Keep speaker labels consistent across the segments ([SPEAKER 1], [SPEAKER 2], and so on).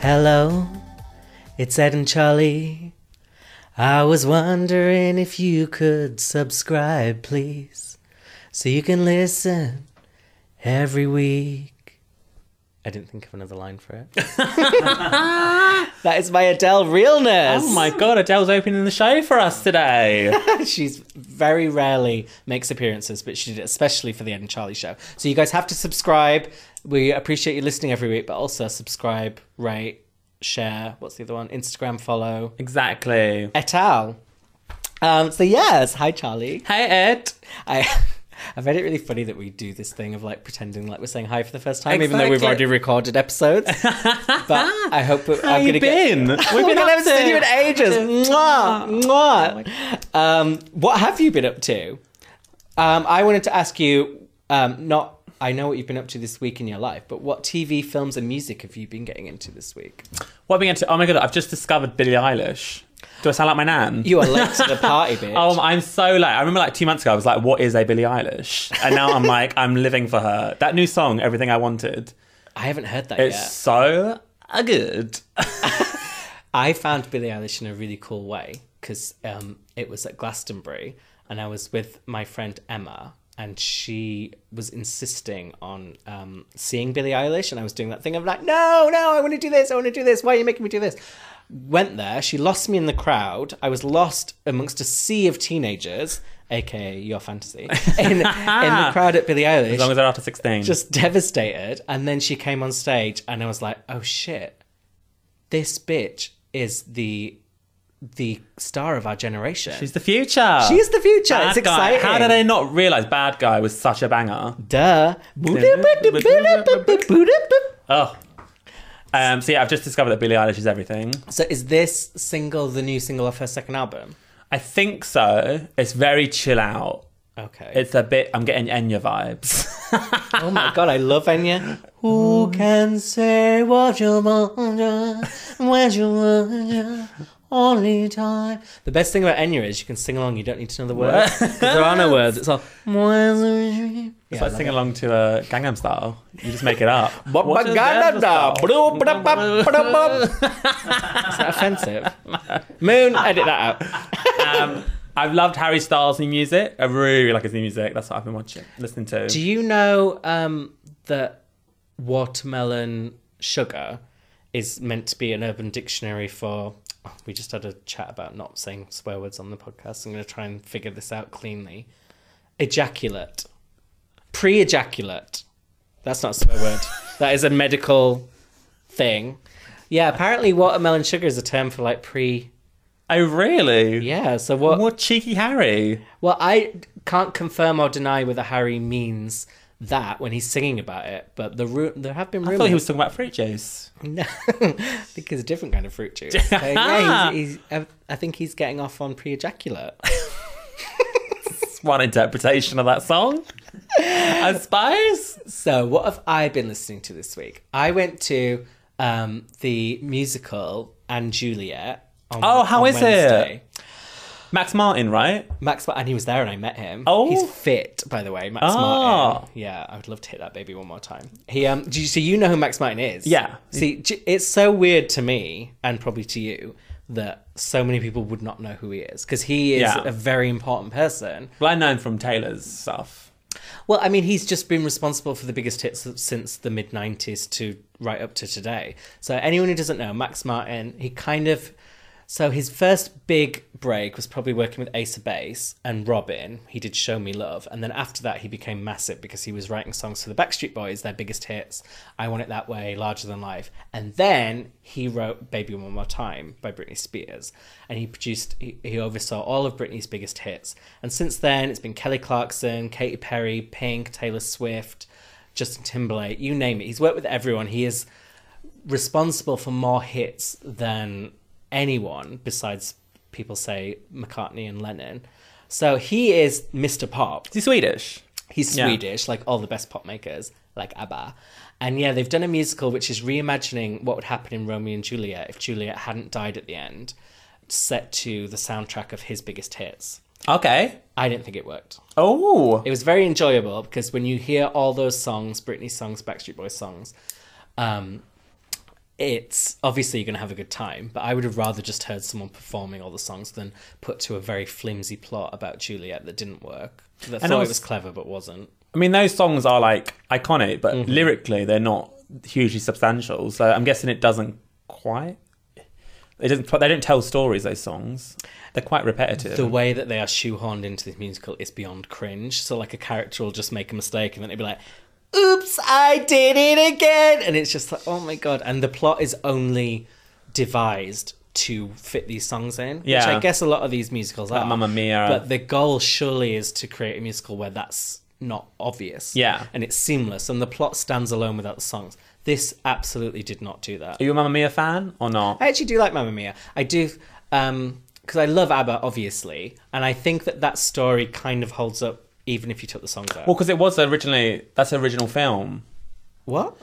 [SPEAKER 1] Hello, it's Ed and Charlie. I was wondering if you could subscribe, please, so you can listen every week. I didn't think of another line for it. that is my Adele realness.
[SPEAKER 2] Oh my god, Adele's opening the show for us today.
[SPEAKER 1] She's very rarely makes appearances, but she did it especially for the Ed and Charlie show. So you guys have to subscribe. We appreciate you listening every week, but also subscribe, rate, share. What's the other one? Instagram follow.
[SPEAKER 2] exactly.
[SPEAKER 1] Et al. Um, so yes, hi Charlie.
[SPEAKER 2] Hey Ed.
[SPEAKER 1] I I find it really funny that we do this thing of like pretending like we're saying hi for the first time, even though we've
[SPEAKER 2] Exactly.
[SPEAKER 1] already recorded episodes. but I hope that
[SPEAKER 2] How
[SPEAKER 1] I'm
[SPEAKER 2] you
[SPEAKER 1] gonna get
[SPEAKER 2] been? We've
[SPEAKER 1] We've
[SPEAKER 2] been
[SPEAKER 1] been
[SPEAKER 2] up
[SPEAKER 1] haven't seen you in
[SPEAKER 2] to Oh
[SPEAKER 1] ages. Mwah, mwah. Um, what have you been up to? Um, I wanted to ask you, um, not I know what you've been up to this week in your life, but what TV, films, and music have you been getting into this week?
[SPEAKER 2] What are we going to? Oh my god, I've just discovered Billie Eilish. Do I sound like my nan?
[SPEAKER 1] You are late to the party, bitch.
[SPEAKER 2] Oh, I'm so late. I remember like two months ago, I was like, "What is a Billie Eilish?" And now I'm like, I'm living for her. That new song, "Everything I Wanted,"
[SPEAKER 1] I haven't heard that
[SPEAKER 2] it's
[SPEAKER 1] yet.
[SPEAKER 2] so uh, good.
[SPEAKER 1] I found Billie Eilish in a really cool way because um, it was at Glastonbury and I was with my friend Emma and she was insisting on um, seeing Billie Eilish and I was doing that thing of like, no, no, I want to do this, I want to do this, why are you making me do this? Went there, she lost me in the crowd. I was lost amongst a sea of teenagers, aka your fantasy, in, in the crowd at Billie Eilish
[SPEAKER 2] As long as they're after sixteen,
[SPEAKER 1] just devastated. And then she came on stage, and I was like, "Oh shit, this bitch is the the star of our generation.
[SPEAKER 2] she's the future.
[SPEAKER 1] she is the future.
[SPEAKER 2] Bad
[SPEAKER 1] it's
[SPEAKER 2] Guy.
[SPEAKER 1] exciting.
[SPEAKER 2] How did I not realize Bad Guy was such a banger?
[SPEAKER 1] Duh.
[SPEAKER 2] Oh. Um, so yeah, I've just discovered that Billie Eilish is everything.
[SPEAKER 1] So is this single the new single off her second album?
[SPEAKER 2] I think so. It's very chill out.
[SPEAKER 1] Okay.
[SPEAKER 2] It's a bit. I'm getting Enya vibes.
[SPEAKER 1] oh my god, I love Enya. Who can say what you want when you want only time? The best thing about Enya is you can sing along. You don't need to know the words. 'Cause there are no words. It's all.
[SPEAKER 2] It's
[SPEAKER 1] Yeah, I
[SPEAKER 2] like
[SPEAKER 1] love
[SPEAKER 2] sing
[SPEAKER 1] it.
[SPEAKER 2] along to uh, Gangnam Style. You just make it up. What is Gangnam Style?
[SPEAKER 1] Is that offensive? Moon, edit that out.
[SPEAKER 2] um, I've loved Harry Styles' new music. I really like his new music. That's what I've been watching, listening to.
[SPEAKER 1] Do you know um, that watermelon sugar is meant to be an urban dictionary for? We just had a chat about not saying swear words on the podcast. I'm going to try and figure this out cleanly. Ejaculate, pre-ejaculate. That's not a swear word. That is a medical thing. Yeah, apparently watermelon sugar is a term for like pre.
[SPEAKER 2] oh, really?
[SPEAKER 1] Yeah, so what?
[SPEAKER 2] More cheeky Harry.
[SPEAKER 1] Well, I can't confirm or deny whether Harry means that when he's singing about it, but the ru- there have been rumors.
[SPEAKER 2] I thought he was talking about fruit juice.
[SPEAKER 1] No, I think it's a different kind of fruit juice. So, yeah, he's, he's, I- I think he's getting off on pre-ejaculate.
[SPEAKER 2] That's one interpretation of that song. I suppose.
[SPEAKER 1] So, what have I been listening to this week? I went to um, the musical Anne Juliet. On,
[SPEAKER 2] Oh, how
[SPEAKER 1] on
[SPEAKER 2] is it?
[SPEAKER 1] Wednesday.
[SPEAKER 2] Max Martin, right?
[SPEAKER 1] Max, and he was there, and I met him.
[SPEAKER 2] Oh.
[SPEAKER 1] he's fit, by the way, Max
[SPEAKER 2] Ah.
[SPEAKER 1] Martin. Yeah, I would love to hit that baby one more time. He, um, do you, so you know who Max Martin is?
[SPEAKER 2] Yeah.
[SPEAKER 1] See, j- it's so weird to me, and probably to you, that so many people would not know who he is because he is
[SPEAKER 2] Yeah.
[SPEAKER 1] a very important person.
[SPEAKER 2] Well, I know him from Taylor's stuff.
[SPEAKER 1] Well, I mean, he's just been responsible for the biggest hits since the mid 90s to right up to today. So, anyone who doesn't know, Max Martin, he kind of. So, his first big break was probably working with Ace of Base and Robin. He did Show Me Love. And then after that, he became massive because he was writing songs for the Backstreet Boys, their biggest hits, I Want It That Way, Larger Than Life. And then he wrote Baby One More Time by Britney Spears. And he produced, he, he oversaw all of Britney's biggest hits. And since then, it's been Kelly Clarkson, Katy Perry, Pink, Taylor Swift, Justin Timberlake, you name it. He's worked with everyone. He is responsible for more hits than anyone besides people say McCartney and Lennon. So he is Mr. Pop.
[SPEAKER 2] Is he Swedish?
[SPEAKER 1] He's
[SPEAKER 2] Yeah.
[SPEAKER 1] Swedish, like all the best pop makers, like ABBA. And yeah, they've done a musical which is reimagining what would happen in Romeo and Juliet if Juliet hadn't died at the end, set to the soundtrack of his biggest hits.
[SPEAKER 2] Okay.
[SPEAKER 1] I didn't think it worked.
[SPEAKER 2] Oh.
[SPEAKER 1] It was very enjoyable because when you hear all those songs, Britney songs, Backstreet Boys songs, um, it's obviously you're going to have a good time, but I would have rather just heard someone performing all the songs than put to a very flimsy plot about Juliet that didn't work. That
[SPEAKER 2] And
[SPEAKER 1] thought
[SPEAKER 2] als-
[SPEAKER 1] it was clever but wasn't.
[SPEAKER 2] I mean, those songs are like iconic, but
[SPEAKER 1] Mm-hmm.
[SPEAKER 2] lyrically, they're not hugely substantial. So I'm guessing it doesn't quite. It doesn't. They don't tell stories. Those songs. They're quite repetitive.
[SPEAKER 1] The way that they are shoehorned into this musical is beyond cringe. So like a character will just make a mistake and then it'd be like, "Oops, I did it again," and it's just like, "Oh my god!" And the plot is only devised to fit these songs in, which
[SPEAKER 2] Yeah.
[SPEAKER 1] I guess a lot of these musicals are.
[SPEAKER 2] Mamma Mia.
[SPEAKER 1] But the goal surely is to create a musical where that's not obvious.
[SPEAKER 2] Yeah.
[SPEAKER 1] And it's seamless, and the plot stands alone without the songs. This absolutely did not do that.
[SPEAKER 2] Are you a Mamma Mia fan or not?
[SPEAKER 1] I actually do like Mamma Mia. I do um because I love ABBA obviously, and I think that that story kind of holds up even if you took the songs out.
[SPEAKER 2] Well, because it was originally that's the original film.
[SPEAKER 1] what?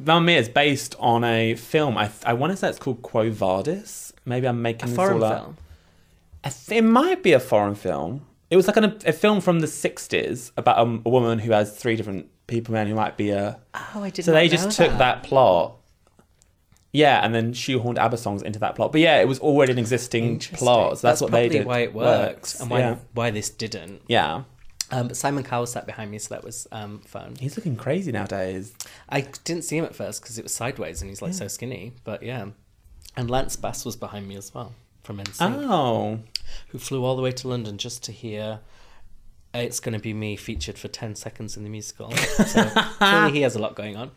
[SPEAKER 2] Mamma Mia is based on a film. I I want to say it's called Quo Vadis. Maybe I'm making this
[SPEAKER 1] Foreign
[SPEAKER 2] all up.
[SPEAKER 1] film.
[SPEAKER 2] I th- it might be a foreign film. It was like an, a film from the '60s about um, a woman who has three different people, man, who might be a.
[SPEAKER 1] Oh, I did.
[SPEAKER 2] So
[SPEAKER 1] not
[SPEAKER 2] they
[SPEAKER 1] know
[SPEAKER 2] just took that plot. Yeah, and then shoehorned ABBA songs into that plot. But yeah, it was already an existing
[SPEAKER 1] Interesting.
[SPEAKER 2] plot. So that's, what they
[SPEAKER 1] probably
[SPEAKER 2] did.
[SPEAKER 1] Why it works, and why
[SPEAKER 2] yeah.
[SPEAKER 1] why this didn't.
[SPEAKER 2] yeah.
[SPEAKER 1] Um, but Simon Cowell sat behind me, so that was um, fun.
[SPEAKER 2] He's looking crazy nowadays.
[SPEAKER 1] I didn't see him at first because it was sideways, and he's like so skinny. But yeah, and Lance Bass was behind me as well from NSYNC.
[SPEAKER 2] Oh.
[SPEAKER 1] who flew all the way to London just to hear it's going to be me featured for 10 seconds in the musical. So clearly he has a lot going on.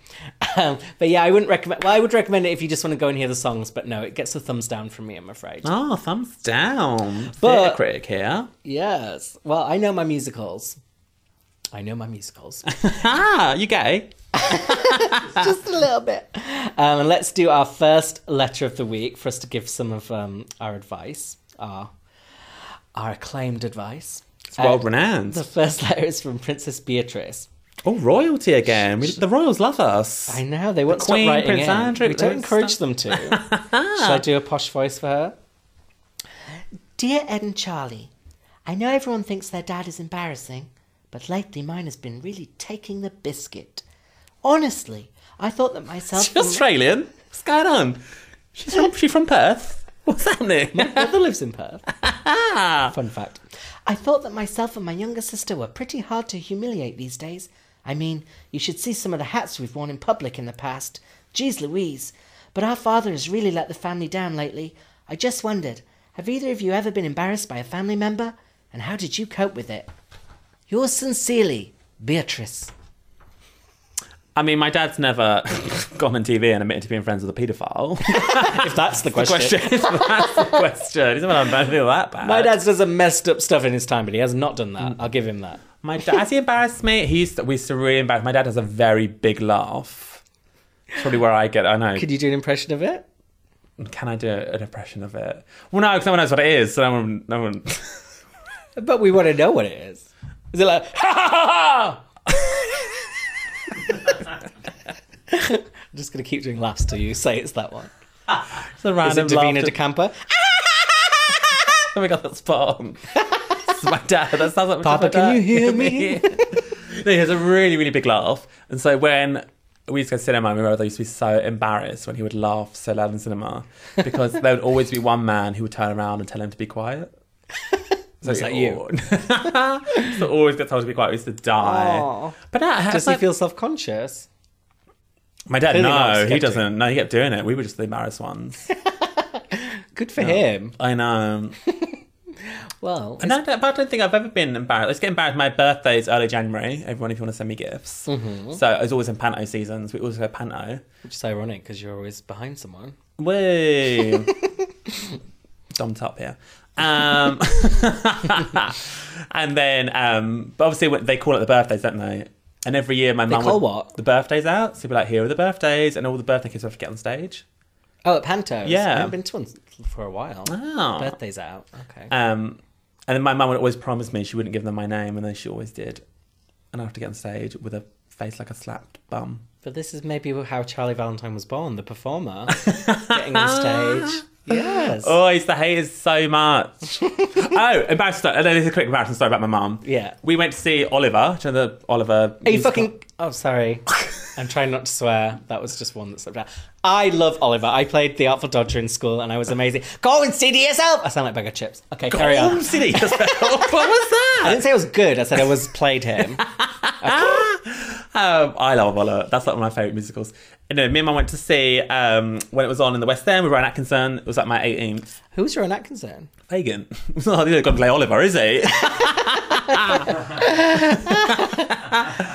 [SPEAKER 1] Um, but yeah, I wouldn't recommend, well, I would recommend it if you just want to go and hear the songs, but no, it gets a thumbs down from me, I'm afraid.
[SPEAKER 2] Oh, thumbs down.
[SPEAKER 1] Ah, But-
[SPEAKER 2] Theatre critic here.
[SPEAKER 1] Yes. Well, I know my musicals. I know my musicals.
[SPEAKER 2] Ah, you gay?
[SPEAKER 1] just a little bit. Um, and let's do our first letter of the week for us to give some of um, our advice, our, our acclaimed advice.
[SPEAKER 2] It's world
[SPEAKER 1] Um,
[SPEAKER 2] renowned.
[SPEAKER 1] The first letter is from Princess Beatrice.
[SPEAKER 2] Oh, royalty again. We, the royals love us.
[SPEAKER 1] I know they won't stop
[SPEAKER 2] Queen,
[SPEAKER 1] writing
[SPEAKER 2] Prince
[SPEAKER 1] in.
[SPEAKER 2] Andrew,
[SPEAKER 1] we don't
[SPEAKER 2] those
[SPEAKER 1] encourage them to. Shall I do a posh voice for her? Dear Ed and Charlie, I know everyone thinks their dad is embarrassing, but lately mine has been really taking the biscuit. Honestly, I thought that myself.
[SPEAKER 2] She's Australian. What's going on? She's from, she's from Perth. What's happening?
[SPEAKER 1] My brother lives in Perth. Fun fact. I thought that myself and my younger sister were pretty hard to humiliate these days. I mean, you should see some of the hats we've worn in public in the past. Geez Louise. But our father has really let the family down lately. I just wondered, have either of you ever been embarrassed by a family member? And how did you cope with it? Yours sincerely, Beatrice.
[SPEAKER 2] I mean, my dad's never gone on TV and admitted to being friends with a paedophile.
[SPEAKER 1] If that's the
[SPEAKER 2] question. is- that's the question. He's not bad feel that bad.
[SPEAKER 1] My dad's done some messed up stuff in his time, but he has not done that. I'll give him that.
[SPEAKER 2] My dad. Has he embarrassed me? He used to, we used to really embarrass. My dad has a very big laugh. It's probably where I get. I know.
[SPEAKER 1] Could you do an impression of it?
[SPEAKER 2] Can I do an impression of it? Well, no, because no one knows what it is. So no one. No one.
[SPEAKER 1] But we want to know what it is. Is it like, ha ha ha ha? I'm just going to keep doing laughs till you say it's that one.
[SPEAKER 2] It's a random
[SPEAKER 1] Is it Davina
[SPEAKER 2] laugh.
[SPEAKER 1] De Campo?
[SPEAKER 2] Oh my god, that's spot on. It's my dad. That sounds like
[SPEAKER 1] Papa,
[SPEAKER 2] my
[SPEAKER 1] can
[SPEAKER 2] dad.
[SPEAKER 1] you hear me?
[SPEAKER 2] no, he has a really, really big laugh. And so when we used to go to cinema, my brother used to be so embarrassed when he would laugh so loud in cinema because there would always be one man who would turn around and tell him to be quiet. So
[SPEAKER 1] Was
[SPEAKER 2] he-
[SPEAKER 1] that you?
[SPEAKER 2] oh. so always get told to be quiet. We used to die.
[SPEAKER 1] Aw.
[SPEAKER 2] But that has
[SPEAKER 1] Does he feel self conscious?
[SPEAKER 2] my dad?
[SPEAKER 1] clearly not a
[SPEAKER 2] No, he
[SPEAKER 1] skeptic?
[SPEAKER 2] doesn't. No, he kept doing it. We were just the embarrassed ones.
[SPEAKER 1] Good for him.
[SPEAKER 2] I know.
[SPEAKER 1] Well,
[SPEAKER 2] And I don't, but I don't think I've ever been embarrassed. Let's get embarrassed. My birthday's early January. Everyone, if you want to send me gifts.
[SPEAKER 1] Mm-hmm.
[SPEAKER 2] So it's always in panto seasons. We always go panto.
[SPEAKER 1] which is ironic because you're always behind someone.
[SPEAKER 2] Woo! Dumped up here. Um, and then, um, but obviously when- they call it the birthdays, don't they? And every year my mum
[SPEAKER 1] call
[SPEAKER 2] would-
[SPEAKER 1] what?
[SPEAKER 2] the birthdays out. So we'd be like, here are the birthdays, and all the birthday kids have to get on stage.
[SPEAKER 1] Oh, at Panto's.
[SPEAKER 2] Yeah.
[SPEAKER 1] I haven't been to one for a while.
[SPEAKER 2] Oh.
[SPEAKER 1] Birthday's out. Okay.
[SPEAKER 2] Um, and then my mum would always promise me she wouldn't give them my name, and then she always did. And I have to get on stage with a face like a slapped bum.
[SPEAKER 1] but this is maybe how Charlie Valentine was born, the performer. getting on stage. Yes.
[SPEAKER 2] Oh, I used to hate it so much. oh, embarrassing story. And then there's a quick embarrassing story about my mum.
[SPEAKER 1] Yeah.
[SPEAKER 2] We went to see Oliver, do you know the Oliver.
[SPEAKER 1] Are you
[SPEAKER 2] musical?
[SPEAKER 1] fucking. Oh, sorry. I'm trying not to swear. That was just one that slipped out. I love Oliver. I played the Artful Dodger in school, and I was amazing. Go and see to yourself. I sound like a bag of chips. Okay, carry on.
[SPEAKER 2] Home City. what was
[SPEAKER 1] I
[SPEAKER 2] that?
[SPEAKER 1] didn't say I was good. I said I was played him.
[SPEAKER 2] Um, I love Apollo. That's like one of my favourite musicals. And no, me and mum went to see um, when it was on in the West End with Ryan Atkinson. It was like my 18th.
[SPEAKER 1] Who's your own Atkinson?
[SPEAKER 2] Fagin. He's not going to play Oliver, is he?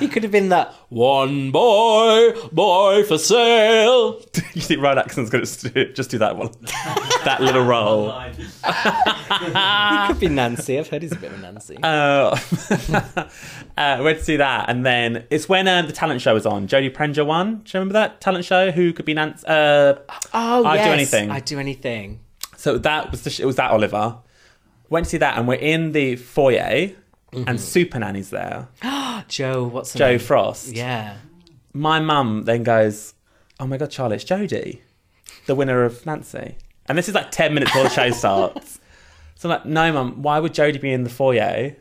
[SPEAKER 1] You could have been that one boy, boy for sale.
[SPEAKER 2] you think Ryan Atkinson's going to just do that one? that little role.
[SPEAKER 1] You could be Nancy. I've heard he's a bit of a Nancy.
[SPEAKER 2] Uh, uh, we went to see that, and then it's when um, the talent show was on. Jodie Prenger won. Do you remember that talent show? Who could be Nance? Uh,
[SPEAKER 1] oh,
[SPEAKER 2] I'd do
[SPEAKER 1] yes.
[SPEAKER 2] anything.
[SPEAKER 1] I'd do anything.
[SPEAKER 2] so that was the sh- it was that Oliver. Went to see that, and we're in the foyer, and Super Nanny's there.
[SPEAKER 1] Ah, Joe, what's her
[SPEAKER 2] Joe
[SPEAKER 1] name?
[SPEAKER 2] Frost.
[SPEAKER 1] Yeah.
[SPEAKER 2] My mum then goes, "Oh my god, Charlie, it's Jodie, the winner of Nancy." And this is like ten minutes before the show starts. So I'm like, "No, mum, why would Jodie be in the foyer,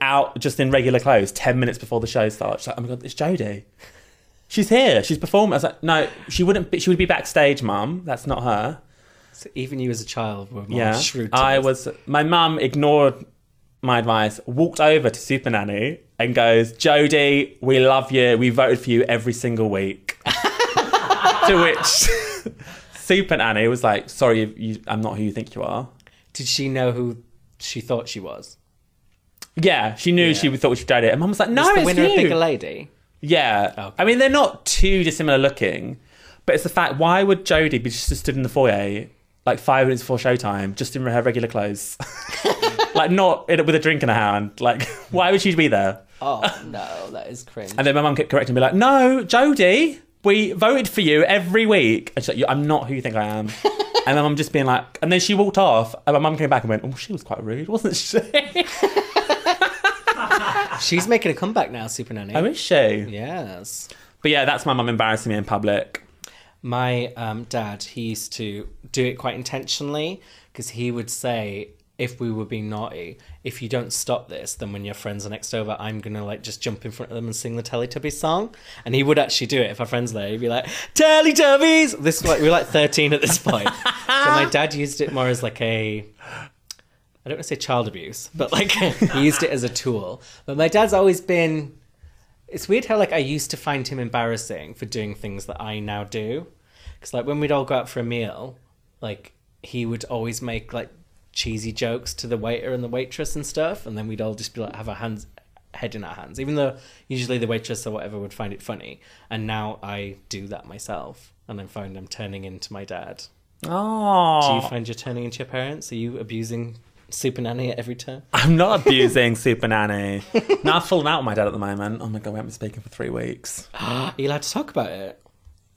[SPEAKER 2] out just in regular clothes, ten minutes before the show starts?" She's like, "Oh my god, it's Jodie. She's here. She's performing." I was like, "No, she wouldn't. Be, she would be backstage, mum. That's not her."
[SPEAKER 1] So even you as a child were more
[SPEAKER 2] Yeah,
[SPEAKER 1] shrewd. to
[SPEAKER 2] I
[SPEAKER 1] this.
[SPEAKER 2] was. My mum ignored my advice, walked over to Super Nanny, and goes, "Jodie, we love you. We voted for you every single week." to which Super Nanny was like, "Sorry, you, you, I'm not who you think you are."
[SPEAKER 1] Did she know who she thought she was?
[SPEAKER 2] Yeah, she knew she
[SPEAKER 1] Yeah.
[SPEAKER 2] thought she did it, and mum was like, "No,
[SPEAKER 1] was the
[SPEAKER 2] it's
[SPEAKER 1] winner
[SPEAKER 2] you."
[SPEAKER 1] of Bigger Lady.
[SPEAKER 2] Yeah.
[SPEAKER 1] Okay.
[SPEAKER 2] I mean, they're not too dissimilar looking, but it's the fact why would Jodie be just stood in the foyer like five minutes before showtime, just in her regular clothes, like not in, with a drink in her hand? Like, why would she be there?
[SPEAKER 1] Oh no, that is cringe.
[SPEAKER 2] And then my mum kept correcting me, like, "No, Jodie, we voted for you every week." And she's like, "You- "I'm not who you think I am." and my mum just being like, and then she walked off, and my mum came back and went, "Oh, she was quite rude, wasn't she?
[SPEAKER 1] She's making a comeback now, Super Nanny.
[SPEAKER 2] oh, is she?"
[SPEAKER 1] yes.
[SPEAKER 2] But yeah, that's my mum embarrassing me in public.
[SPEAKER 1] My um, dad, he used to do it quite intentionally because he would say, if we were being naughty, if you don't stop this, then when your friends are next over, I'm gonna like just jump in front of them and sing the Teletubbies song. And he would actually do it if our friends were there. He'd be like, Teletubbies. This like we were like 13 at this point. so my dad used it more as like a I don't want to say child abuse, but like he used it as a tool. But my dad's always been. It's weird how like I used to find him embarrassing for doing things that I now do, because like when we'd all go out for a meal, like he would always make like cheesy jokes to the waiter and the waitress and stuff, and then we'd all just be like have our hands head in our hands, even though usually the waitress or whatever would find it funny. And now I do that myself, and I find I'm turning into my dad.
[SPEAKER 2] Oh,
[SPEAKER 1] Do you find you're turning into your parents? Are you abusing Super Nanny at every turn?
[SPEAKER 2] I'm not abusing Super Nanny. no, I've fallen out with my dad at the moment. Oh my god, we haven't been speaking for three weeks.
[SPEAKER 1] Are you allowed to talk about it?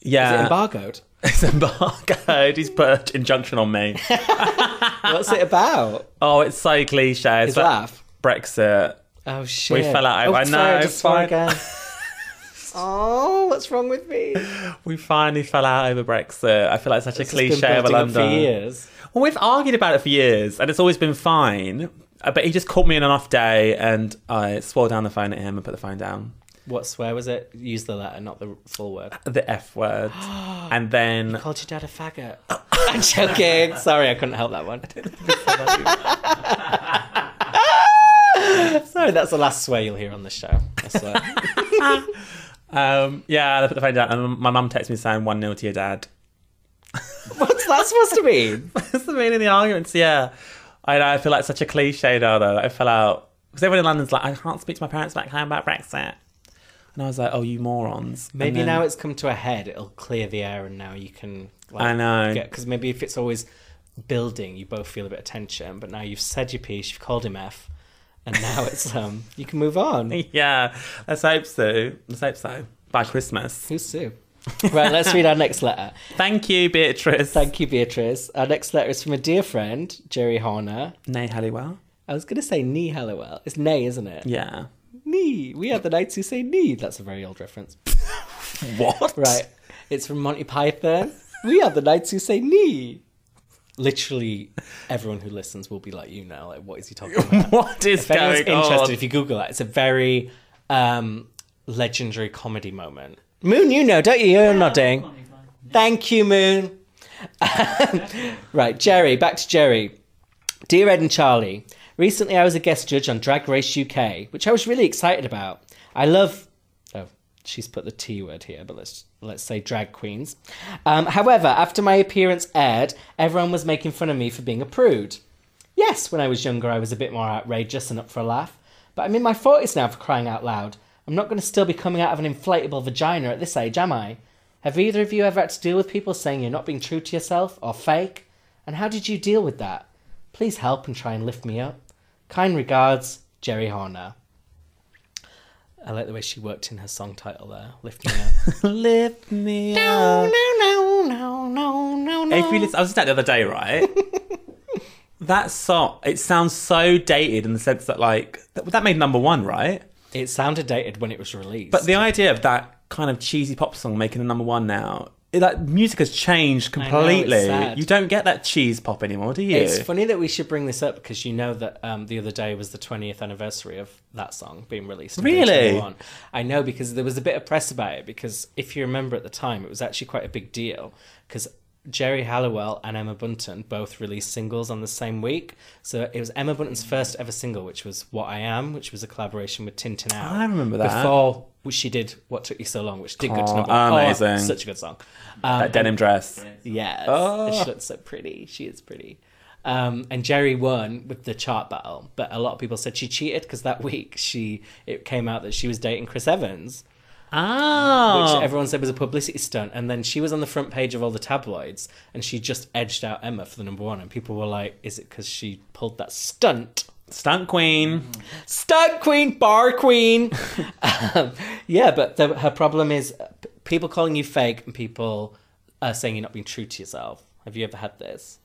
[SPEAKER 1] Is
[SPEAKER 2] Yeah,
[SPEAKER 1] it embargoed?
[SPEAKER 2] it's embargoed. He's put an injunction on me.
[SPEAKER 1] What's it about?
[SPEAKER 2] Oh, it's so cliche. It's
[SPEAKER 1] His
[SPEAKER 2] like
[SPEAKER 1] laugh.
[SPEAKER 2] Brexit.
[SPEAKER 1] Oh shit!
[SPEAKER 2] fell out.
[SPEAKER 1] Oh,
[SPEAKER 2] I
[SPEAKER 1] sorry,
[SPEAKER 2] know,
[SPEAKER 1] I just swore
[SPEAKER 2] fine.
[SPEAKER 1] again. oh, what's wrong with me?
[SPEAKER 2] We finally fell out over Brexit. I feel like such a
[SPEAKER 1] It's been
[SPEAKER 2] cliche of
[SPEAKER 1] building up for
[SPEAKER 2] London.
[SPEAKER 1] years.
[SPEAKER 2] Well, we've argued about it for years, and it's always been fine. Uh, But he just caught me in an off day, and I swore down the phone at him and put the phone down.
[SPEAKER 1] What swear was it? Use the letter, not the full word.
[SPEAKER 2] The F word, and then
[SPEAKER 1] Called your dad a faggot. I'm joking. Sorry, I couldn't help that one. Sorry, that's the last swear you'll hear on the show. I swear.
[SPEAKER 2] um, yeah, and I put the phone down, and my mum texted me saying one 0 to your dad.
[SPEAKER 1] What's that supposed to mean?
[SPEAKER 2] That's the meaning of the arguments, yeah. I know, I feel like such a cliche now, though. that I fell out. Because everyone in London's like, I can't speak to my parents back home about Brexit. And I was like, oh, you morons. And
[SPEAKER 1] Maybe
[SPEAKER 2] then-
[SPEAKER 1] now it's come to a head. It'll clear the air, and now you can. Like,
[SPEAKER 2] I know.
[SPEAKER 1] Because maybe if it's always building, you both feel a bit of tension. But now you've said your piece. You've called him F, and now it's um. You can move on.
[SPEAKER 2] Yeah, let's hope so. Let's hope so. By Christmas.
[SPEAKER 1] Who's Sue? Right. Let's read our next letter.
[SPEAKER 2] Thank you, Beatrice.
[SPEAKER 1] Thank you, Beatrice. Our next letter is from a dear friend, Jerry Horner.
[SPEAKER 2] Nay Halliwell.
[SPEAKER 1] I was going to say Nee Hallowell. It's Nay, isn't it?
[SPEAKER 2] Yeah.
[SPEAKER 1] Nee. We are the knights who say Nee. That's a very old reference.
[SPEAKER 2] What?
[SPEAKER 1] Right. It's from Monty Python. We are the knights who say knee. Literally, everyone who listens will be like, you know, like, what is he talking about?
[SPEAKER 2] What is
[SPEAKER 1] if anyone's
[SPEAKER 2] going
[SPEAKER 1] interested,
[SPEAKER 2] on?
[SPEAKER 1] if you Google that, it's a very um, legendary comedy moment Moon, you know, don't you? You're nodding.
[SPEAKER 3] Funny, funny.
[SPEAKER 1] Thank you, Moon. right, Jerry, back to Jerry. Dear Ed and Charlie, recently I was a guest judge on Drag Race UK, which I was really excited about. I love. Oh, she's put the T word here, but let's let's say drag queens. Um, however, after my appearance aired, everyone was making fun of me for being a prude. Yes, when I was younger, I was a bit more outrageous and up for a laugh, but I'm in my 40s now for crying out loud. I'm not going to still be coming out of an inflatable vagina at this age, am I? Have either of you ever had to deal with people saying you're not being true to yourself or fake? And how did you deal with that? Please help and try and lift me up. Kind regards, Jerry Horner. I like the way she worked in her song title there, lift me up.
[SPEAKER 2] Lift me
[SPEAKER 1] no,
[SPEAKER 2] up.
[SPEAKER 1] no, no, no, no, no.
[SPEAKER 2] If you listen, I was listening to that the other day, right? that song, it sounds so dated in the sense that, like, that, that made number one, right?
[SPEAKER 1] it sounded dated when it was released.
[SPEAKER 2] But the idea of that kind of cheesy pop song making a number one now, it, like, music has changed
[SPEAKER 1] I know, it's
[SPEAKER 2] completely.
[SPEAKER 1] sad.
[SPEAKER 2] you don't get that cheese pop anymore, do you?
[SPEAKER 1] It's funny that we should bring this up because you know that um, the other day was the 20th anniversary of that song being released. in
[SPEAKER 2] Really?
[SPEAKER 1] 2021. I know because there was a bit of press about it because if you remember at the time, it was actually quite a big deal because Jerry Halliwell and Emma Bunton both released singles on the same week. So it was Emma Bunton's first ever single, which was What I Am, which was a collaboration with Tintin Out.
[SPEAKER 2] I remember that.
[SPEAKER 1] Before she did What Took You So Long, which did good to
[SPEAKER 2] Oh,
[SPEAKER 1] number one. Oh,
[SPEAKER 2] amazing.
[SPEAKER 1] such a good song.
[SPEAKER 2] that
[SPEAKER 1] Um,
[SPEAKER 2] denim dress.
[SPEAKER 1] Yes.
[SPEAKER 2] Oh.
[SPEAKER 1] She looks so pretty. She is pretty. Um, and Jerry won with the chart battle, but a lot of people said she cheated because that week she it came out that she was dating Chris Evans, which
[SPEAKER 2] Oh.
[SPEAKER 1] everyone said was a publicity stunt. And then she was on the front page of all the tabloids, and she just edged out Emma for the number one. And people were like, "Is it because she pulled that stunt?"
[SPEAKER 2] Stunt Queen.
[SPEAKER 1] stunt queen, bar queen. um, yeah, but the, her problem is uh, p- people calling you fake and people uh, saying you're not being true to yourself. Have you ever had this?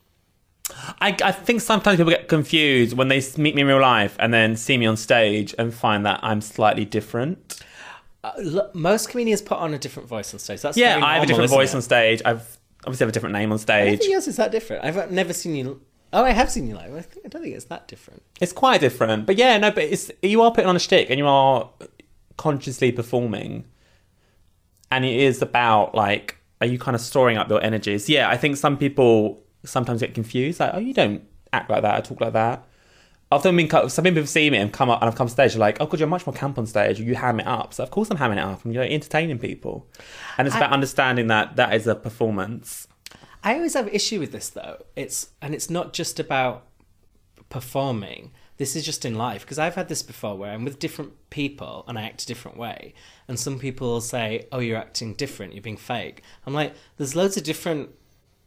[SPEAKER 2] I, I think sometimes people get confused when they meet me in real life and then see me on stage and find that I'm slightly different.
[SPEAKER 1] Uh, look, most comedians put on a different voice on stage. That's
[SPEAKER 2] Yeah,
[SPEAKER 1] very
[SPEAKER 2] I have
[SPEAKER 1] normal,
[SPEAKER 2] a different
[SPEAKER 1] isn't
[SPEAKER 2] voice
[SPEAKER 1] it?
[SPEAKER 2] on stage. I've obviously have a different name
[SPEAKER 1] I
[SPEAKER 2] on
[SPEAKER 1] don't
[SPEAKER 2] stage.
[SPEAKER 1] think yours is that different. I've never seen you. Oh, I have seen you live. I, think, I don't think it's that different.
[SPEAKER 2] It's quite different, but yeah, no, but it's you are putting on a shtick and you are consciously performing, and it is about like are you kind of storing up your energies? Yeah, I think some people sometimes get confused, like oh, you don't act like that, or talk like that. I've done been cut- some people have seen me and come up and I've come on stage like, oh god, you're much more camp on stage. You ham it up, so of course I'm hamming it up and you're entertaining people, and it's about understanding that that is a performance.
[SPEAKER 1] I always have issue with this though. It's and it's not just about performing. This is just in life because I've had this before where I'm with different people and I act a different way, and some people will say, "Oh, you're acting different. You're being fake." I'm like, "There's loads of different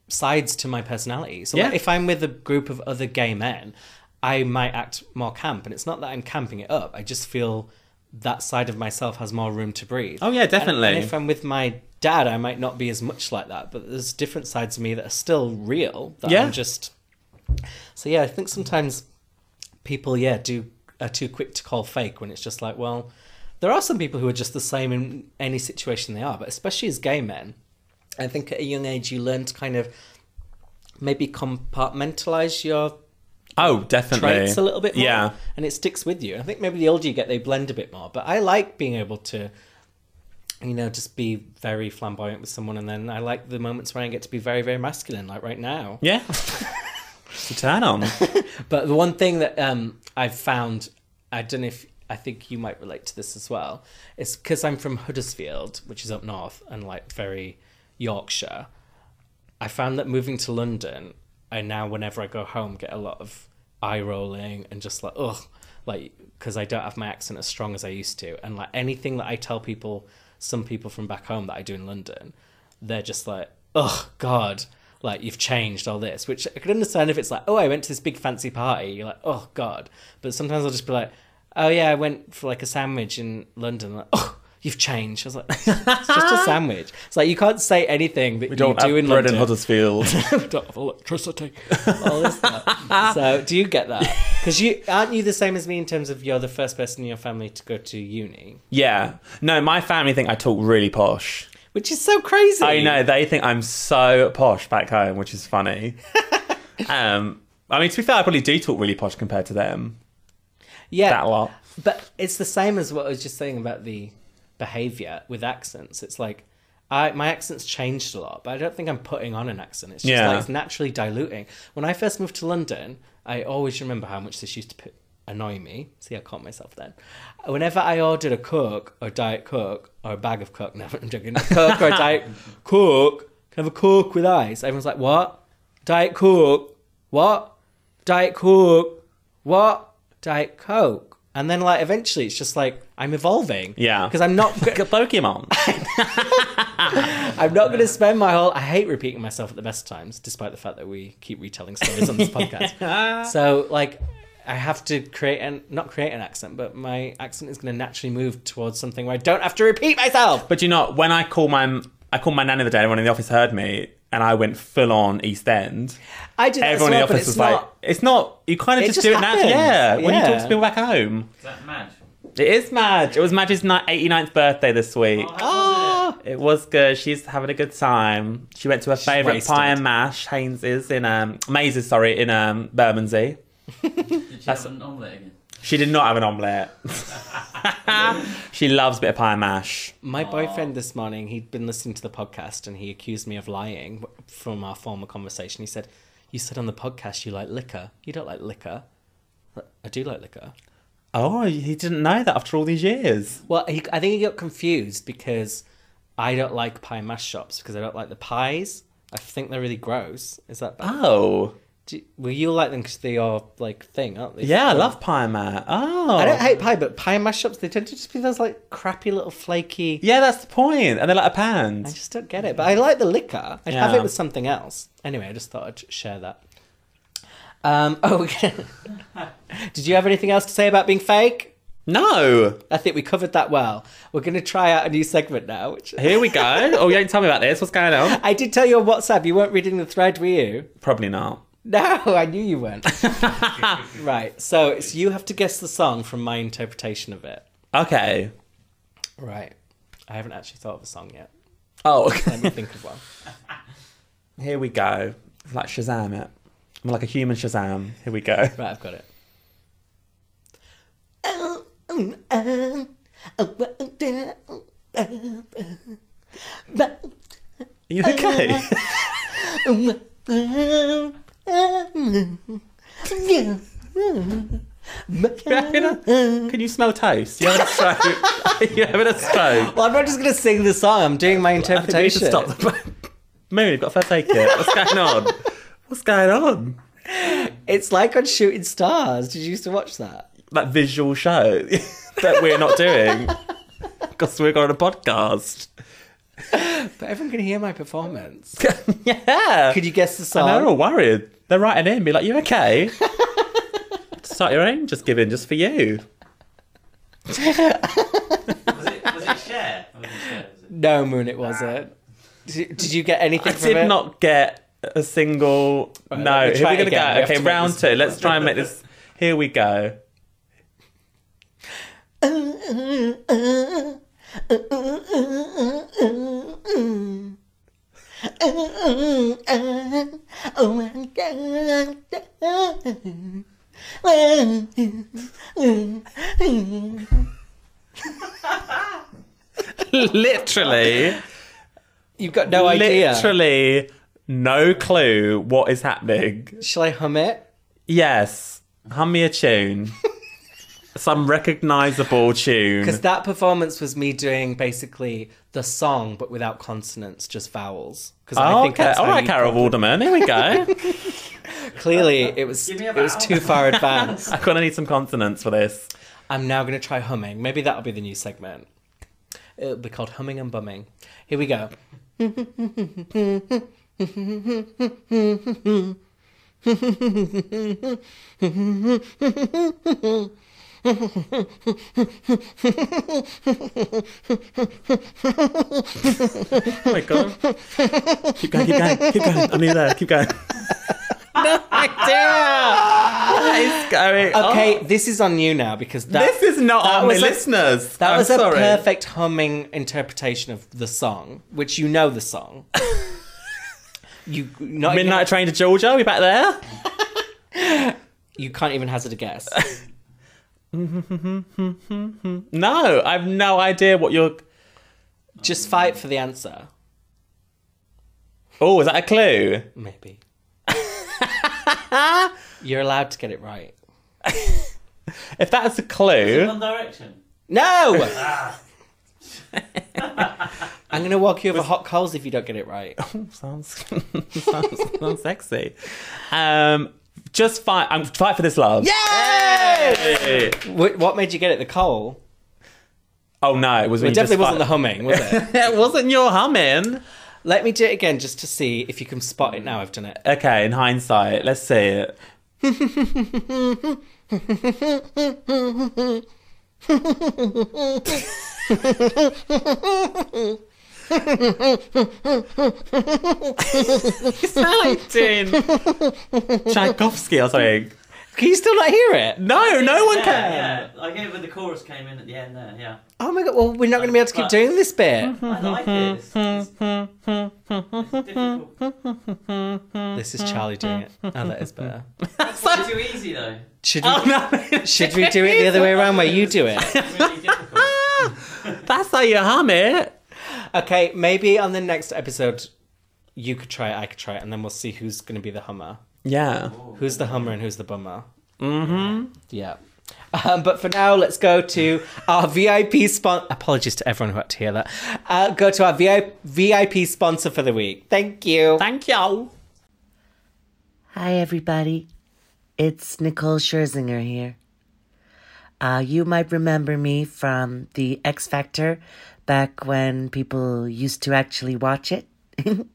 [SPEAKER 1] sides to my personality." So like,
[SPEAKER 2] Yeah.
[SPEAKER 1] if I'm with a group of other gay men, I might act more camp, and it's not that I'm camping it up. I just feel that side of myself has more room to breathe.
[SPEAKER 2] Oh, yeah,
[SPEAKER 1] And-
[SPEAKER 2] definitely.
[SPEAKER 1] and if I'm with my dad, I might not be as much like that, but there's different sides of me that are still real. That
[SPEAKER 2] Yeah.
[SPEAKER 1] I'm just. So yeah, I think sometimes people yeah do are too quick to call fake when it's just like well, there are some people who are just the same in any situation they are, but especially as gay men, I think at a young age you learn to kind of maybe compartmentalize your
[SPEAKER 2] Oh, definitely.
[SPEAKER 1] traits a little bit more.
[SPEAKER 2] Yeah,
[SPEAKER 1] And it sticks with you. I think maybe the older you get, they blend a bit more. But I like being able to, you know, just be very flamboyant with someone. And then I like the moments when I get to be very, very masculine, like right now.
[SPEAKER 2] yeah. it's a turn on.
[SPEAKER 1] But the one thing that um, I've found, I don't know if I think you might relate to this as well, is because I'm from Huddersfield, which is up north and like very Yorkshire. I found that moving to London, I now whenever I go home get a lot of eye rolling and just like ugh, like because I don't have my accent as strong as I used to, and like anything that I tell people, some people from back home that I do in London, they're just like ugh, God. Like you've changed all this, which I could understand if it's like, oh, I went to this big fancy party. You're like, oh god. But sometimes I'll just be like, oh yeah, I went for like a sandwich in London. Like, oh, you've changed. I was like, it's just a sandwich. It's like you can't say anything that
[SPEAKER 2] We
[SPEAKER 1] you
[SPEAKER 2] don't
[SPEAKER 1] do
[SPEAKER 2] have
[SPEAKER 1] in
[SPEAKER 2] bread
[SPEAKER 1] London.
[SPEAKER 2] in Huddersfield.
[SPEAKER 1] don't have electricity. All this stuff. so, do you get that? Because you aren't you the same as me in terms of you're the first person in your family to go to uni,
[SPEAKER 2] yeah. No, my family think I talk really posh.
[SPEAKER 1] which is so crazy.
[SPEAKER 2] I know, they think I'm so posh back home, which is funny. um, I mean, to be fair, I probably do talk really posh compared to them.
[SPEAKER 1] Yeah,
[SPEAKER 2] That lot.
[SPEAKER 1] but it's the same as what I was just saying about the behavior with accents. It's like I my accent's changed a lot, but I don't think I'm putting on an accent. It's just
[SPEAKER 2] Yeah.
[SPEAKER 1] like it's naturally diluting. When I first moved to London, I always remember how much this used to p- annoy me. See, I caught myself then. Whenever I ordered a Coke or Diet Coke or a bag of Coke, no, I'm joking, a Coke or a Diet Coke, can I have a Coke with ice? Everyone's like, what? Diet Coke? What? Diet Coke? What? Diet Coke? And then, like, eventually it's just like, I'm evolving.
[SPEAKER 2] Yeah.
[SPEAKER 1] Because I'm not.
[SPEAKER 2] Get Pokemon.
[SPEAKER 1] I'm not going to spend my whole. I hate repeating myself at the best times, despite the fact that we keep retelling stories on this podcast. So, like, I have to create and not create an accent, but my accent is going to naturally move towards something where I don't have to repeat myself.
[SPEAKER 2] But you know, when I call my I called my nan the other day, everyone in the office heard me, and I went full on East End.
[SPEAKER 1] I do that as well,
[SPEAKER 2] Everyone in the
[SPEAKER 1] but
[SPEAKER 2] office
[SPEAKER 1] it's
[SPEAKER 2] was
[SPEAKER 1] not.
[SPEAKER 2] like, "It's not. You kind of
[SPEAKER 1] It
[SPEAKER 2] just,
[SPEAKER 1] just
[SPEAKER 2] do it now."
[SPEAKER 1] happens.
[SPEAKER 2] Yeah, when you
[SPEAKER 1] Yeah.
[SPEAKER 2] talk to people back home,
[SPEAKER 3] Is that mad?
[SPEAKER 2] it is Madge. It was Madge's ni- 89th birthday this week.
[SPEAKER 1] oh,
[SPEAKER 2] It was good. She's having a good time. She went to her favourite
[SPEAKER 1] wasted.
[SPEAKER 2] pie and mash, Haynes's in um Maze's, sorry, in um Bermondsey.
[SPEAKER 3] Did you
[SPEAKER 2] That's-
[SPEAKER 3] have an omelette again?
[SPEAKER 2] She did not have an omelette. she loves a bit of pie and mash.
[SPEAKER 1] my boyfriend this morning. He'd been listening to the podcast and he accused me of lying from our former conversation. He said, "You said on the podcast you like liquor. You don't like liquor. I do like liquor."
[SPEAKER 2] Oh, he didn't know that after all these years.
[SPEAKER 1] Well, he, I think he got confused because I don't like pie and mash shops because I don't like the pies. I think they're really gross. Is that bad?
[SPEAKER 2] Oh.
[SPEAKER 1] Do, well, you like them because they are like thing, aren't they?
[SPEAKER 2] Yeah, I
[SPEAKER 1] Well,
[SPEAKER 2] love pie and mash. Oh.
[SPEAKER 1] I don't hate pie, but pie and mash shops they tend to just be those like crappy little flaky.
[SPEAKER 2] Yeah, that's the point. And they're like a
[SPEAKER 1] I
[SPEAKER 2] pound.
[SPEAKER 1] just don't get it. But I like the liquor. I'd have
[SPEAKER 2] Yeah.
[SPEAKER 1] it with something else. Anyway, I just thought I'd share that. Um, oh, did you have anything else to say about being fake?
[SPEAKER 2] No.
[SPEAKER 1] I think we covered that well. We're going to try out a new segment now, which
[SPEAKER 2] Here we go. oh, you don't tell me about this. What's going on?
[SPEAKER 1] I did tell you on WhatsApp you weren't reading the thread, were you?
[SPEAKER 2] Probably not.
[SPEAKER 1] No, I knew you weren't. right, so it's you have to guess the song from my interpretation of it.
[SPEAKER 2] Okay.
[SPEAKER 1] Right. I haven't actually thought of a song yet.
[SPEAKER 2] Oh.
[SPEAKER 1] Let me think of one.
[SPEAKER 2] Here we go. Like Shazam it. I'm like a human Shazam. Here we go.
[SPEAKER 1] Right, I've got it. Oh, oh, oh, oh, oh, oh, oh, oh, oh, oh.
[SPEAKER 2] Are you okay? Can you smell toast? You having a stroke? you having a stroke?
[SPEAKER 1] Well, I'm not just going to sing the song. I'm doing my
[SPEAKER 2] I think we
[SPEAKER 1] interpretation.
[SPEAKER 2] should stop the Moon, you've got a first aid kit. What's going on? What's going on?
[SPEAKER 1] It's like on Shooting Stars. Did you used to watch that?
[SPEAKER 2] That visual show that we're not doing because we're on a podcast.
[SPEAKER 1] But everyone can hear my performance.
[SPEAKER 2] yeah.
[SPEAKER 1] Could you guess the
[SPEAKER 2] And they're all
[SPEAKER 1] song?
[SPEAKER 2] worried. They're writing in, be like, "You okay?" Start your own, just give in, just for you.
[SPEAKER 3] Was it, was it share? Or was it share? Was it?
[SPEAKER 1] No, Moon, it wasn't. Did, did you get anything
[SPEAKER 2] I
[SPEAKER 1] from
[SPEAKER 2] did
[SPEAKER 1] it?
[SPEAKER 2] not get a single.
[SPEAKER 1] Right, let
[SPEAKER 2] no,
[SPEAKER 1] me
[SPEAKER 2] here
[SPEAKER 1] try
[SPEAKER 2] we're
[SPEAKER 1] it
[SPEAKER 2] gonna
[SPEAKER 1] again. We
[SPEAKER 2] go.
[SPEAKER 1] have
[SPEAKER 2] Okay,
[SPEAKER 1] to make
[SPEAKER 2] round
[SPEAKER 1] this-
[SPEAKER 2] two. Let's try and make this. Here we go.
[SPEAKER 4] Oh my god.
[SPEAKER 2] Literally,
[SPEAKER 1] You've got no idea.
[SPEAKER 2] literally, no clue what is happening.
[SPEAKER 1] Shall I hum it?
[SPEAKER 2] Yes, hum me a tune. Some recognizable tune.
[SPEAKER 1] Because that performance was me doing basically the song, but without consonants, just vowels. Because I
[SPEAKER 2] Oh,
[SPEAKER 1] think
[SPEAKER 2] okay.
[SPEAKER 1] that's
[SPEAKER 2] All
[SPEAKER 1] how
[SPEAKER 2] right,
[SPEAKER 1] you-
[SPEAKER 2] Carol Walderman. Here we go.
[SPEAKER 1] Clearly, it was
[SPEAKER 3] Give me a
[SPEAKER 1] it was
[SPEAKER 3] vowel.
[SPEAKER 1] too far advanced.
[SPEAKER 2] I'm gonna need some consonants for this.
[SPEAKER 1] I'm now going to try humming. Maybe that'll be the new segment. It'll be called humming and bumming. Here we go.
[SPEAKER 2] Oh my god. keep going, keep going, keep going. I'm nearly there. Keep going. no idea. What is going on?
[SPEAKER 1] Okay, this is on you now because that
[SPEAKER 2] This is not
[SPEAKER 1] that
[SPEAKER 2] on my
[SPEAKER 1] was a-
[SPEAKER 2] listeners.
[SPEAKER 1] That
[SPEAKER 2] I'm
[SPEAKER 1] was a
[SPEAKER 2] sorry.
[SPEAKER 1] perfect humming interpretation of the song, which you know the song. you not even-
[SPEAKER 2] Midnight Train to Georgia. Are we back there?
[SPEAKER 1] you can't even hazard a guess.
[SPEAKER 2] No, I've no idea what you're.
[SPEAKER 1] Just fight for the answer,
[SPEAKER 2] Oh, is that a clue?
[SPEAKER 1] maybe. You're allowed to get it right.
[SPEAKER 2] If that's a clue,
[SPEAKER 3] One Direction.
[SPEAKER 1] No!
[SPEAKER 3] Ah,
[SPEAKER 1] I'm going to walk you over hot coals if you don't get it right.
[SPEAKER 2] sounds sounds sounds sexy. Um, just fight. I'm fight for this love.
[SPEAKER 1] Yay!
[SPEAKER 2] Yay!
[SPEAKER 1] What, what made you get it? The coal?
[SPEAKER 2] Oh no, it was.
[SPEAKER 1] It
[SPEAKER 2] When you
[SPEAKER 1] definitely
[SPEAKER 2] just
[SPEAKER 1] wasn't the humming, was it?
[SPEAKER 2] the. it wasn't your humming.
[SPEAKER 1] Let me do it again just to see if you can spot it now I've done it.
[SPEAKER 2] Okay, in hindsight, let's see it. Exciting. Tchaikovsky or something.
[SPEAKER 1] Can you still not hear it?
[SPEAKER 2] No, no one
[SPEAKER 3] yeah,
[SPEAKER 2] can.
[SPEAKER 3] Yeah, I gave it the chorus came in at the end there. Yeah,
[SPEAKER 1] Oh my god, well, we're not going to be able to keep doing this bit.
[SPEAKER 2] Mm-hmm.
[SPEAKER 3] I like it. It's, it's, it's difficult.
[SPEAKER 1] This is Charlie doing it. Oh, that is better.
[SPEAKER 3] It's too easy though.
[SPEAKER 1] Should we,
[SPEAKER 2] Oh, no.
[SPEAKER 1] should we do it the other way around where you do it?
[SPEAKER 3] It's really difficult.
[SPEAKER 2] That's how you hum it.
[SPEAKER 1] Okay, maybe on the next episode, you could try it, I could try it, and then we'll see who's going to be the hummer.
[SPEAKER 2] Yeah.
[SPEAKER 1] Who's the hummer and who's the bummer? Mm-hmm. Yeah. Um, but for now, let's go to our VIP sponsor. Apologies to everyone who had to hear that. Uh, go to our VI- VIP sponsor for the week. Thank you.
[SPEAKER 2] Thank you.
[SPEAKER 4] Hi, everybody. It's Nicole Scherzinger here. Uh, you might remember me from The X Factor back when people used to actually watch it.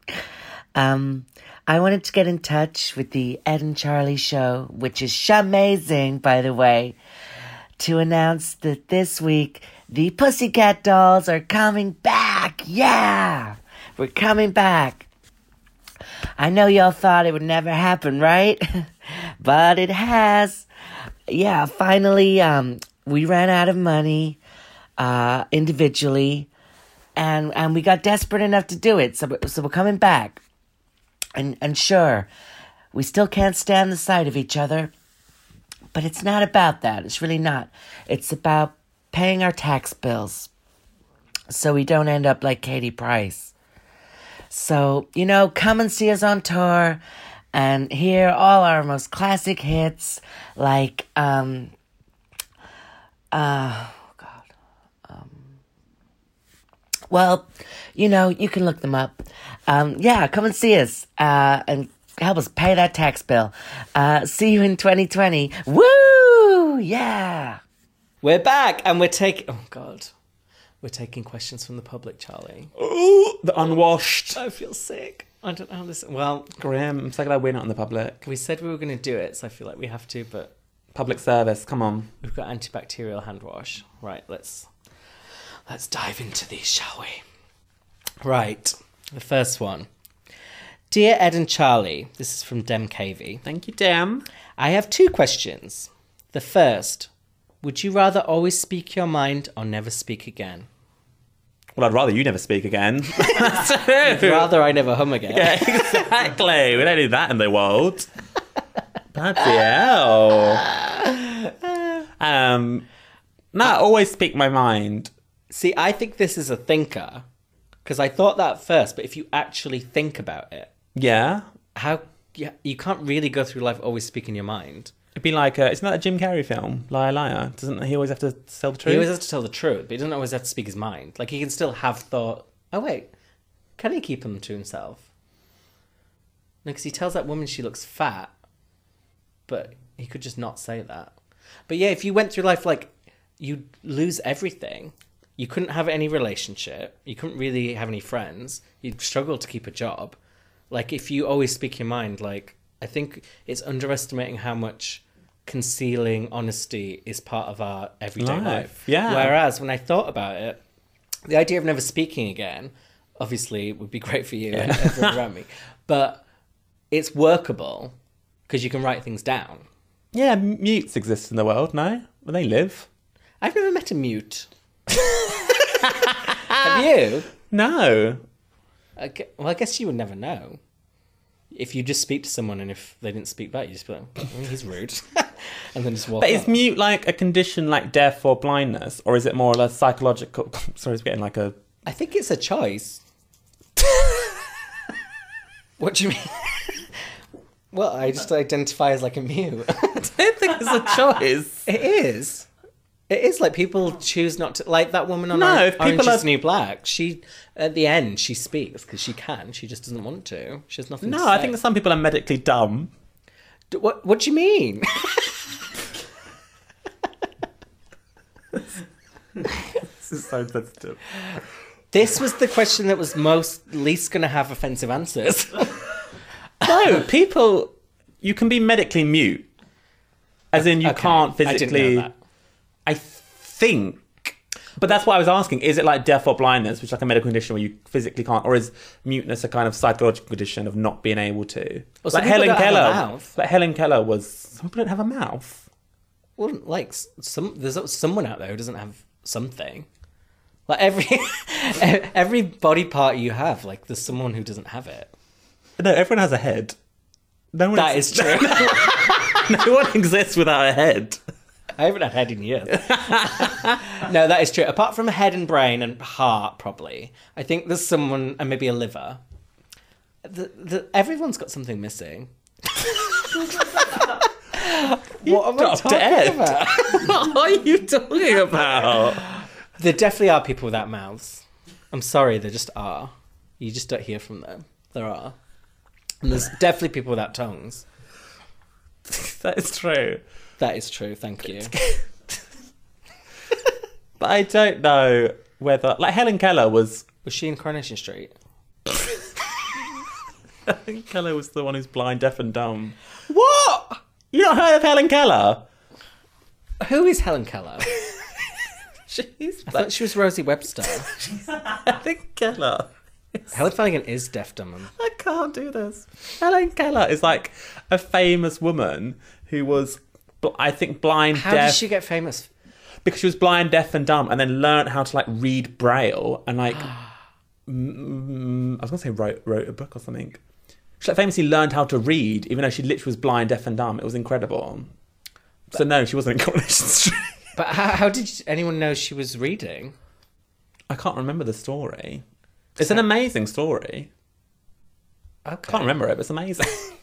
[SPEAKER 4] um, I wanted to get in touch with the Ed and Charlie show, which is amazing, by the way, to announce that this week the Pussycat Dolls are coming back. Yeah! We're coming back. I know y'all thought it would never happen, right? but it has. Yeah, finally, um, we ran out of money uh, individually, and and we got desperate enough to do it. So so we're coming back, and and sure, we still can't stand the sight of each other, but it's not about that. It's really not. It's about paying our tax bills, so we don't end up like Katie Price. So, you know, come and see us on tour and hear all our most classic hits like um uh oh god. Um Well, you know, you can look them up. Um yeah, come and see us uh and help us pay that tax bill. Uh see you in 2020. Woo! Yeah.
[SPEAKER 1] We're back and we're taking. Oh, God. We're taking questions from the public, Charlie.
[SPEAKER 2] Ooh, the unwashed.
[SPEAKER 1] I feel sick. I don't know how this. Well,
[SPEAKER 2] Grim. I'm so glad we're not in the public.
[SPEAKER 1] we said we were going to do it, so I feel like we have to, but
[SPEAKER 2] Public service. Come on.
[SPEAKER 1] we've got antibacterial hand wash. Right, let's let's dive into these, shall we? Right, the first one. Dear Ed and Charlie, this is from Dem Cavey.
[SPEAKER 2] Thank you, Dem.
[SPEAKER 1] I have two questions. The first, would you rather always speak your mind or never speak again?
[SPEAKER 2] Well, I'd rather you never speak again.
[SPEAKER 1] Rather, I never hum again.
[SPEAKER 2] exactly. We don't need that in the world. Bloody hell. Um, no, I always speak my mind.
[SPEAKER 1] See, I think this is a thinker because I thought that first, but if you actually think about it,
[SPEAKER 2] Yeah.
[SPEAKER 1] how yeah, you can't really go through life always speaking your mind.
[SPEAKER 2] It'd be like, a, it's not a Jim Carrey film, Liar Liar. Doesn't he always have to tell the truth?
[SPEAKER 1] He always has to tell the truth, but he doesn't always have to speak his mind. Like he can still have thought. Oh wait, can he keep them to himself? No, because he tells that woman she looks fat, but he could just not say that. But yeah, if you went through life like you'd lose everything. You couldn't have any relationship. You couldn't really have any friends. You'd struggle to keep a job. Like if you always speak your mind, like I think it's underestimating how much concealing honesty is part of our everyday
[SPEAKER 2] Life,
[SPEAKER 1] life.
[SPEAKER 2] yeah.
[SPEAKER 1] Whereas when I thought about it, the idea of never speaking again, obviously, would be great for you and everyone around me. But it's workable because you can write things down.
[SPEAKER 2] yeah, mutes exist in the world, no? Well, they live.
[SPEAKER 1] I've never met a mute. Have you?
[SPEAKER 2] No.
[SPEAKER 1] I gue- Well, I guess you would never know. If you just speak to someone and if they didn't speak back, you just be like, "Mm, he's rude. and then just walk
[SPEAKER 2] But
[SPEAKER 1] off.
[SPEAKER 2] is mute like a condition like deaf or blindness, or is it more or less psychological? Sorry, it's getting like a
[SPEAKER 1] I think it's a choice. what do you mean? well, I just identify as like a mute.
[SPEAKER 2] I think it's a choice.
[SPEAKER 1] it is. It is like people choose not to like that woman on
[SPEAKER 2] No,
[SPEAKER 1] Or-
[SPEAKER 2] if people
[SPEAKER 1] Orange is
[SPEAKER 2] have-
[SPEAKER 1] the New Black. She at the end she speaks because she can. She just doesn't want to. She has nothing. to
[SPEAKER 2] No, I
[SPEAKER 1] say.
[SPEAKER 2] think some people are medically dumb.
[SPEAKER 1] D- What What do you mean?
[SPEAKER 2] This is so sensitive.
[SPEAKER 1] this was the question that was most least going to have offensive answers.
[SPEAKER 2] No, people, you can be medically mute. As in, you
[SPEAKER 1] Okay,
[SPEAKER 2] can't
[SPEAKER 1] I
[SPEAKER 2] physically.
[SPEAKER 1] didn't know that.
[SPEAKER 2] I think. But that's what I was asking. Is it like deaf or blindness, which is like a medical condition where you physically can't, or is muteness a kind of psychological condition of not being able to?
[SPEAKER 1] Well, some
[SPEAKER 2] like
[SPEAKER 1] people don't
[SPEAKER 2] Helen
[SPEAKER 1] have a
[SPEAKER 2] Keller.
[SPEAKER 1] mouth.
[SPEAKER 2] Like Helen Keller was. Some people don't have a mouth.
[SPEAKER 1] Well, like s- some there's someone out there who doesn't have something. Like every every body part you have, like there's someone who doesn't have it.
[SPEAKER 2] No, everyone has a head. No one.
[SPEAKER 1] That
[SPEAKER 2] ex-
[SPEAKER 1] is true.
[SPEAKER 2] no one exists without a head.
[SPEAKER 1] I haven't had head in years. no, that is true. Apart from head and brain and heart, probably. I think there's someone and maybe a liver. The, the, everyone's got something missing. what am I
[SPEAKER 2] Dropped
[SPEAKER 1] talking
[SPEAKER 2] Ed.
[SPEAKER 1] about?
[SPEAKER 2] what are you talking about?
[SPEAKER 1] There definitely are people without mouths. I'm sorry, there just are. You just don't hear from them. There are. And there's definitely people without tongues.
[SPEAKER 2] that is true.
[SPEAKER 1] That is true, thank you.
[SPEAKER 2] But I don't know whether like Helen Keller was
[SPEAKER 1] Was she in Coronation Street?
[SPEAKER 2] Helen Keller was the one who's blind, deaf and dumb.
[SPEAKER 1] What?
[SPEAKER 2] You not heard of Helen Keller?
[SPEAKER 1] Who is Helen Keller?
[SPEAKER 2] She's
[SPEAKER 1] I thought she was Rosie Webster.
[SPEAKER 2] Helen Keller.
[SPEAKER 1] Helen Flanagan is deaf dumb. and-
[SPEAKER 2] I can't do this. Helen Keller is like a famous woman who was bl- I think blind
[SPEAKER 1] How
[SPEAKER 2] deaf
[SPEAKER 1] did she get famous?
[SPEAKER 2] because she was blind deaf and dumb and then learned how to like read braille and like mm, I was going to say wrote wrote a book or something. She like, famously learned how to read even though she literally was blind deaf and dumb. It was incredible. So no, she wasn't in Coronation Street.
[SPEAKER 1] But how, how did anyone know she was reading?
[SPEAKER 2] I can't remember the story. It's an amazing story.
[SPEAKER 1] Okay.
[SPEAKER 2] Can't remember it, but it's amazing.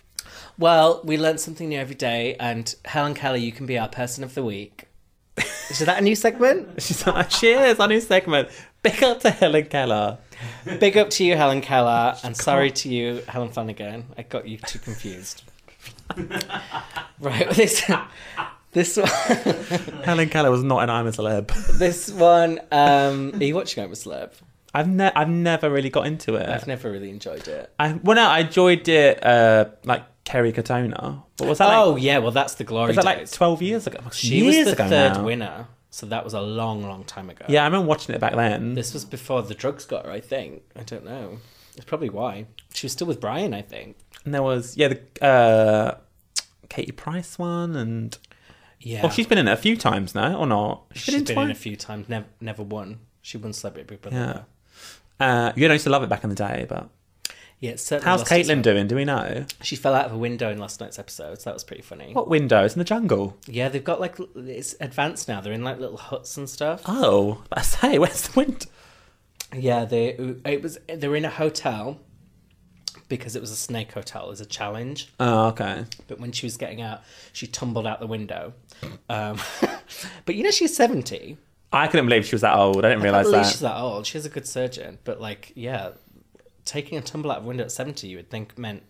[SPEAKER 1] Well, we learn something new every day, and Helen Keller, you can be our person of the week. Is that a new segment?
[SPEAKER 2] She's like, cheers, our new segment. Big up to Helen Keller.
[SPEAKER 1] Big up to you, Helen Keller, and sorry to you, Helen Flanagan. I got you too confused. right, this this one,
[SPEAKER 2] Helen Keller was not an I'm a celeb.
[SPEAKER 1] this one. Um, are you watching Oprah Slurp?
[SPEAKER 2] I've ne- I've never really got into it.
[SPEAKER 1] I've never really enjoyed it.
[SPEAKER 2] I well no, I enjoyed it uh like Kerry Katona. But was that like
[SPEAKER 1] oh yeah, well that's the glory
[SPEAKER 2] was that like
[SPEAKER 1] days.
[SPEAKER 2] twelve years ago?
[SPEAKER 1] she
[SPEAKER 2] years
[SPEAKER 1] was the
[SPEAKER 2] ago
[SPEAKER 1] third
[SPEAKER 2] now.
[SPEAKER 1] winner, so that was a long, long time ago.
[SPEAKER 2] Yeah, I remember watching it back then.
[SPEAKER 1] This was before the drugs got her, I think. I don't know. It's probably why. She was still with Brian, I think.
[SPEAKER 2] And there was yeah, the uh Katie Price one and
[SPEAKER 1] Yeah.
[SPEAKER 2] Well, she's been in it a few times now, or not?
[SPEAKER 1] She's been in a
[SPEAKER 2] twice.
[SPEAKER 1] few times, never, never won. She won Celebrity Big Brother.
[SPEAKER 2] Yeah. Uh, you know, I used to love it back in the day, but
[SPEAKER 1] Yeah, it's certainly
[SPEAKER 2] how's
[SPEAKER 1] lost its
[SPEAKER 2] Caitlin
[SPEAKER 1] way.
[SPEAKER 2] doing? Do we know?
[SPEAKER 1] She fell out of a window in last night's episode, so that was pretty funny.
[SPEAKER 2] What window? It's in the jungle.
[SPEAKER 1] Yeah, they've got like, l- it's advanced now. They're in like little huts and stuff.
[SPEAKER 2] Oh, that's hey, where's the window?
[SPEAKER 1] Yeah, they, it was, they were in a hotel because it was a snake hotel. It was a challenge.
[SPEAKER 2] Oh, okay.
[SPEAKER 1] But when she was getting out, she tumbled out the window. Um, but you know, she's 70.
[SPEAKER 2] I couldn't believe she was that old. I didn't
[SPEAKER 1] I
[SPEAKER 2] realize
[SPEAKER 1] believe
[SPEAKER 2] that.
[SPEAKER 1] she's that old. She's a good surgeon, but like, yeah, taking a tumble out of a window at seventy, you would think meant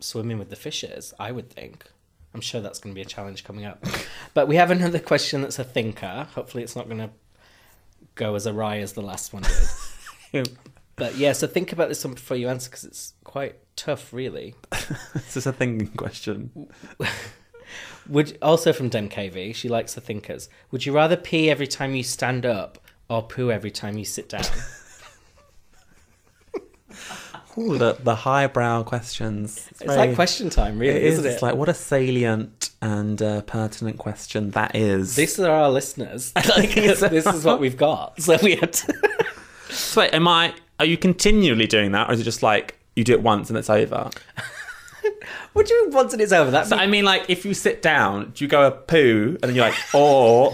[SPEAKER 1] swimming with the fishes. I would think. I'm sure that's going to be a challenge coming up. but we have another question that's a thinker. Hopefully, it's not going to go as awry as the last one did. but yeah, so think about this one before you answer because it's quite tough, really.
[SPEAKER 2] This is a thinking question.
[SPEAKER 1] Would also from Dem KV, she likes the thinkers. Would you rather pee every time you stand up or poo every time you sit down?
[SPEAKER 2] Ooh, the, the highbrow questions.
[SPEAKER 1] It's like question time, really,
[SPEAKER 2] It is.
[SPEAKER 1] isn't it?
[SPEAKER 2] It's like what a salient and uh, pertinent question that is.
[SPEAKER 1] These are our listeners. Like, this this is what we've got. So we had to...
[SPEAKER 2] So wait, am I? Are you continually doing that, or is it just like you do it once and it's over?
[SPEAKER 1] What do you mean once it is over? That's
[SPEAKER 2] So I mean, like, if you sit down, do you go a poo and then you're like, or,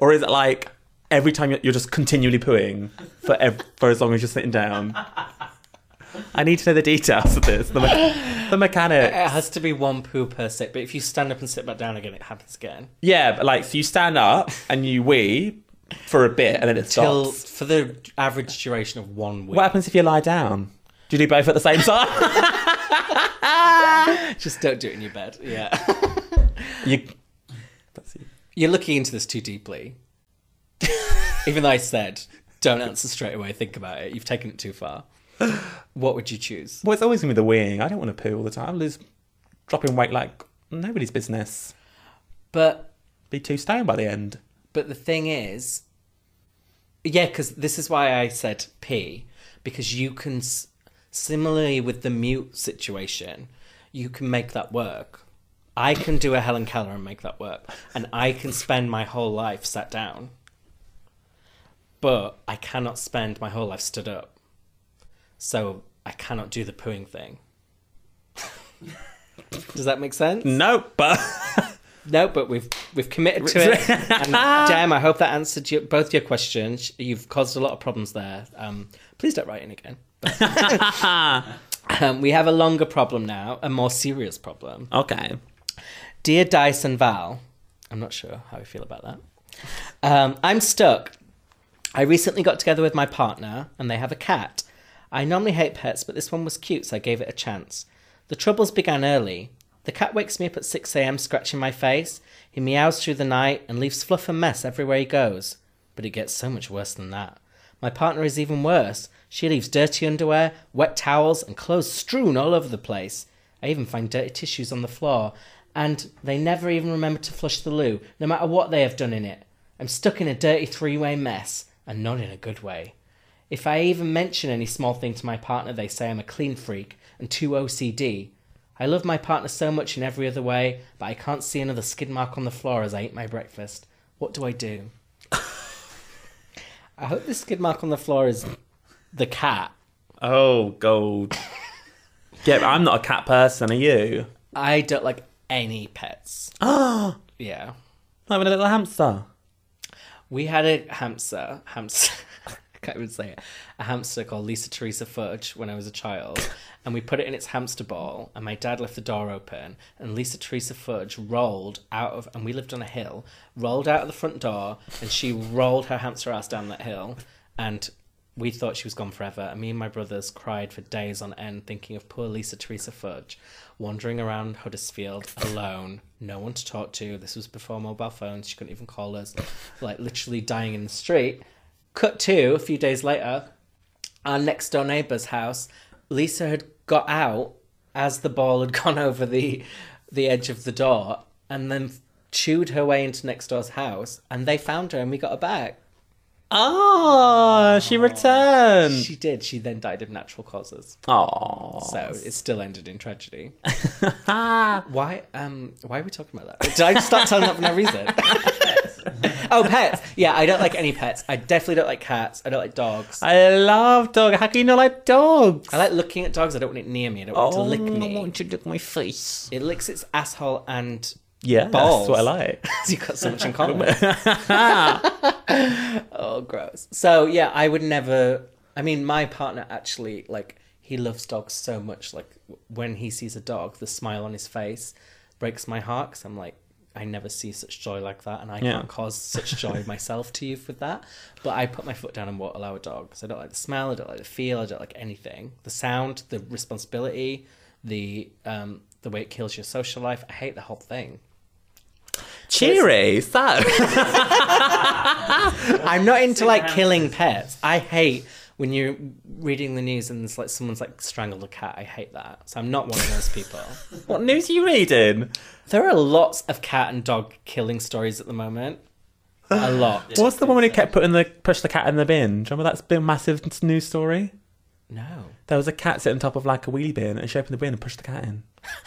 [SPEAKER 2] or is it like every time you're, you're just continually pooing for ev- for as long as you're sitting down. I need to know the details of this, the, me- the mechanic.
[SPEAKER 1] It has to be one poo per sit, but if you stand up and sit back down again, it happens again.
[SPEAKER 2] Yeah, but like, so you stand up and you wee for a bit, and then it
[SPEAKER 1] Till
[SPEAKER 2] stops.
[SPEAKER 1] for the average duration of one week.
[SPEAKER 2] What happens if you lie down? Do you do both at the same time?
[SPEAKER 1] Just don't do it in your bed. Yeah.
[SPEAKER 2] you. That's you.
[SPEAKER 1] You're looking into this too deeply. Even though I said, don't answer straight away, think about it. You've taken it too far. What would you choose?
[SPEAKER 2] Well, it's always gonna be the weeing. I don't want to poo all the time. I'll lose dropping weight like nobody's business.
[SPEAKER 1] But
[SPEAKER 2] Be too stone by the end.
[SPEAKER 1] But the thing is, yeah, because this is why I said P, because you can, s- similarly with the mute situation, you can make that work. I can do a Helen Keller and make that work, and I can spend my whole life sat down. But I cannot spend my whole life stood up, so I cannot do the pooing thing. Does that make sense?
[SPEAKER 2] Nope. But
[SPEAKER 1] No, but we've we've committed to it. and Jem, I hope that answered your, both your questions. You've caused a lot of problems there. Um, please don't write in again. um, we have a longer problem now, a more serious problem.
[SPEAKER 2] okay.
[SPEAKER 1] Dear Dice and Val, I'm not sure how I feel about that. Um, I'm stuck. I recently got together with my partner, and they have a cat. I normally hate pets, but this one was cute, so I gave it a chance. The troubles began early. The cat wakes me up at 6 a.m., scratching my face. He meows through the night and leaves fluff and mess everywhere he goes. But it gets so much worse than that. My partner is even worse. She leaves dirty underwear, wet towels, and clothes strewn all over the place. I even find dirty tissues on the floor, and they never even remember to flush the loo, no matter what they have done in it. I'm stuck in a dirty three way mess, and not in a good way. If I even mention any small thing to my partner, they say I'm a clean freak and too OCD. I love my partner so much in every other way, but I can't see another skid mark on the floor as I eat my breakfast. What do I do? I hope the skid mark on the floor is the cat.
[SPEAKER 2] Oh, gold. yeah, I'm not a cat person. Are you?
[SPEAKER 1] I don't like any pets. yeah.
[SPEAKER 2] I'm a little hamster.
[SPEAKER 1] We had a hamster, hamster. I can't even say it. A hamster called Lisa Teresa Fudge when I was a child, and we put it in its hamster ball. And my dad left the door open, and Lisa Teresa Fudge rolled out of, and we lived on a hill, rolled out of the front door, and she rolled her hamster ass down that hill, and we thought she was gone forever. And me and my brothers cried for days on end, thinking of poor Lisa Teresa Fudge, wandering around Huddersfield alone, no one to talk to. This was before mobile phones; she couldn't even call us. Like literally dying in the street. Cut to a few days later, our next door neighbour's house. Lisa had got out as the ball had gone over the the edge of the door, and then chewed her way into next door's house. And they found her, and we got her back.
[SPEAKER 2] Oh, she returned.
[SPEAKER 1] She did. She then died of natural causes.
[SPEAKER 2] Oh,
[SPEAKER 1] So it still ended in tragedy. why? Um, why are we talking about that? Did I start telling that for no reason? oh, pets. Yeah, I don't like any pets. I definitely don't like cats. I don't like dogs. I,
[SPEAKER 2] I love dogs. How can you not like dogs?
[SPEAKER 1] like looking at dogs. I don't want it near me. I don't want
[SPEAKER 2] oh,
[SPEAKER 1] it to lick
[SPEAKER 2] I
[SPEAKER 1] me.
[SPEAKER 2] want you to lick my face.
[SPEAKER 1] It licks its asshole and
[SPEAKER 2] Yeah,
[SPEAKER 1] Balls.
[SPEAKER 2] that's what I like.
[SPEAKER 1] you've got so much in common. oh, gross. So yeah, I would never. I mean, my partner actually like he loves dogs so much. Like w- when he sees a dog, the smile on his face breaks my heart because I'm like. I never see such joy like that, and I
[SPEAKER 2] Yeah.
[SPEAKER 1] can't cause such joy myself to you with that. But I put my foot down and won't allow a dog 'cause I don't like the smell, I don't like the feel, I don't like anything. The sound, the responsibility, the um, the way it kills your social life. I hate the whole thing.
[SPEAKER 2] Cheery. So,
[SPEAKER 1] I'm not into like
[SPEAKER 3] down.
[SPEAKER 1] killing pets. I hate when you're reading the news and it's like someone's like strangled a cat. I hate that. So I'm not one of those people.
[SPEAKER 2] what news are you reading?
[SPEAKER 1] there are lots of cat and dog killing stories at the moment. A lot.
[SPEAKER 2] What's the woman who kept putting the push the cat in the bin? Do you remember that's been a massive news story?
[SPEAKER 1] No.
[SPEAKER 2] There was a cat sitting on top of like a wheelie bin, and she opened the bin and pushed the cat in.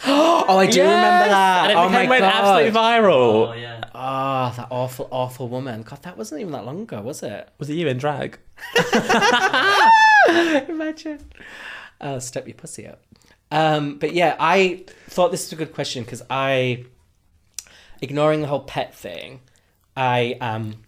[SPEAKER 1] Oh, I do remember that.
[SPEAKER 2] And it
[SPEAKER 1] oh
[SPEAKER 2] became-
[SPEAKER 1] my
[SPEAKER 2] went
[SPEAKER 1] god.
[SPEAKER 2] absolutely
[SPEAKER 3] Oh,
[SPEAKER 2] viral.
[SPEAKER 3] yeah.
[SPEAKER 1] Ah, that awful, awful woman. God, that wasn't even that long ago, was it?
[SPEAKER 2] Was it you in drag?
[SPEAKER 1] Imagine. Uh, step your pussy up. Um, but yeah, I thought this was a good question because I, ignoring the whole pet thing, I am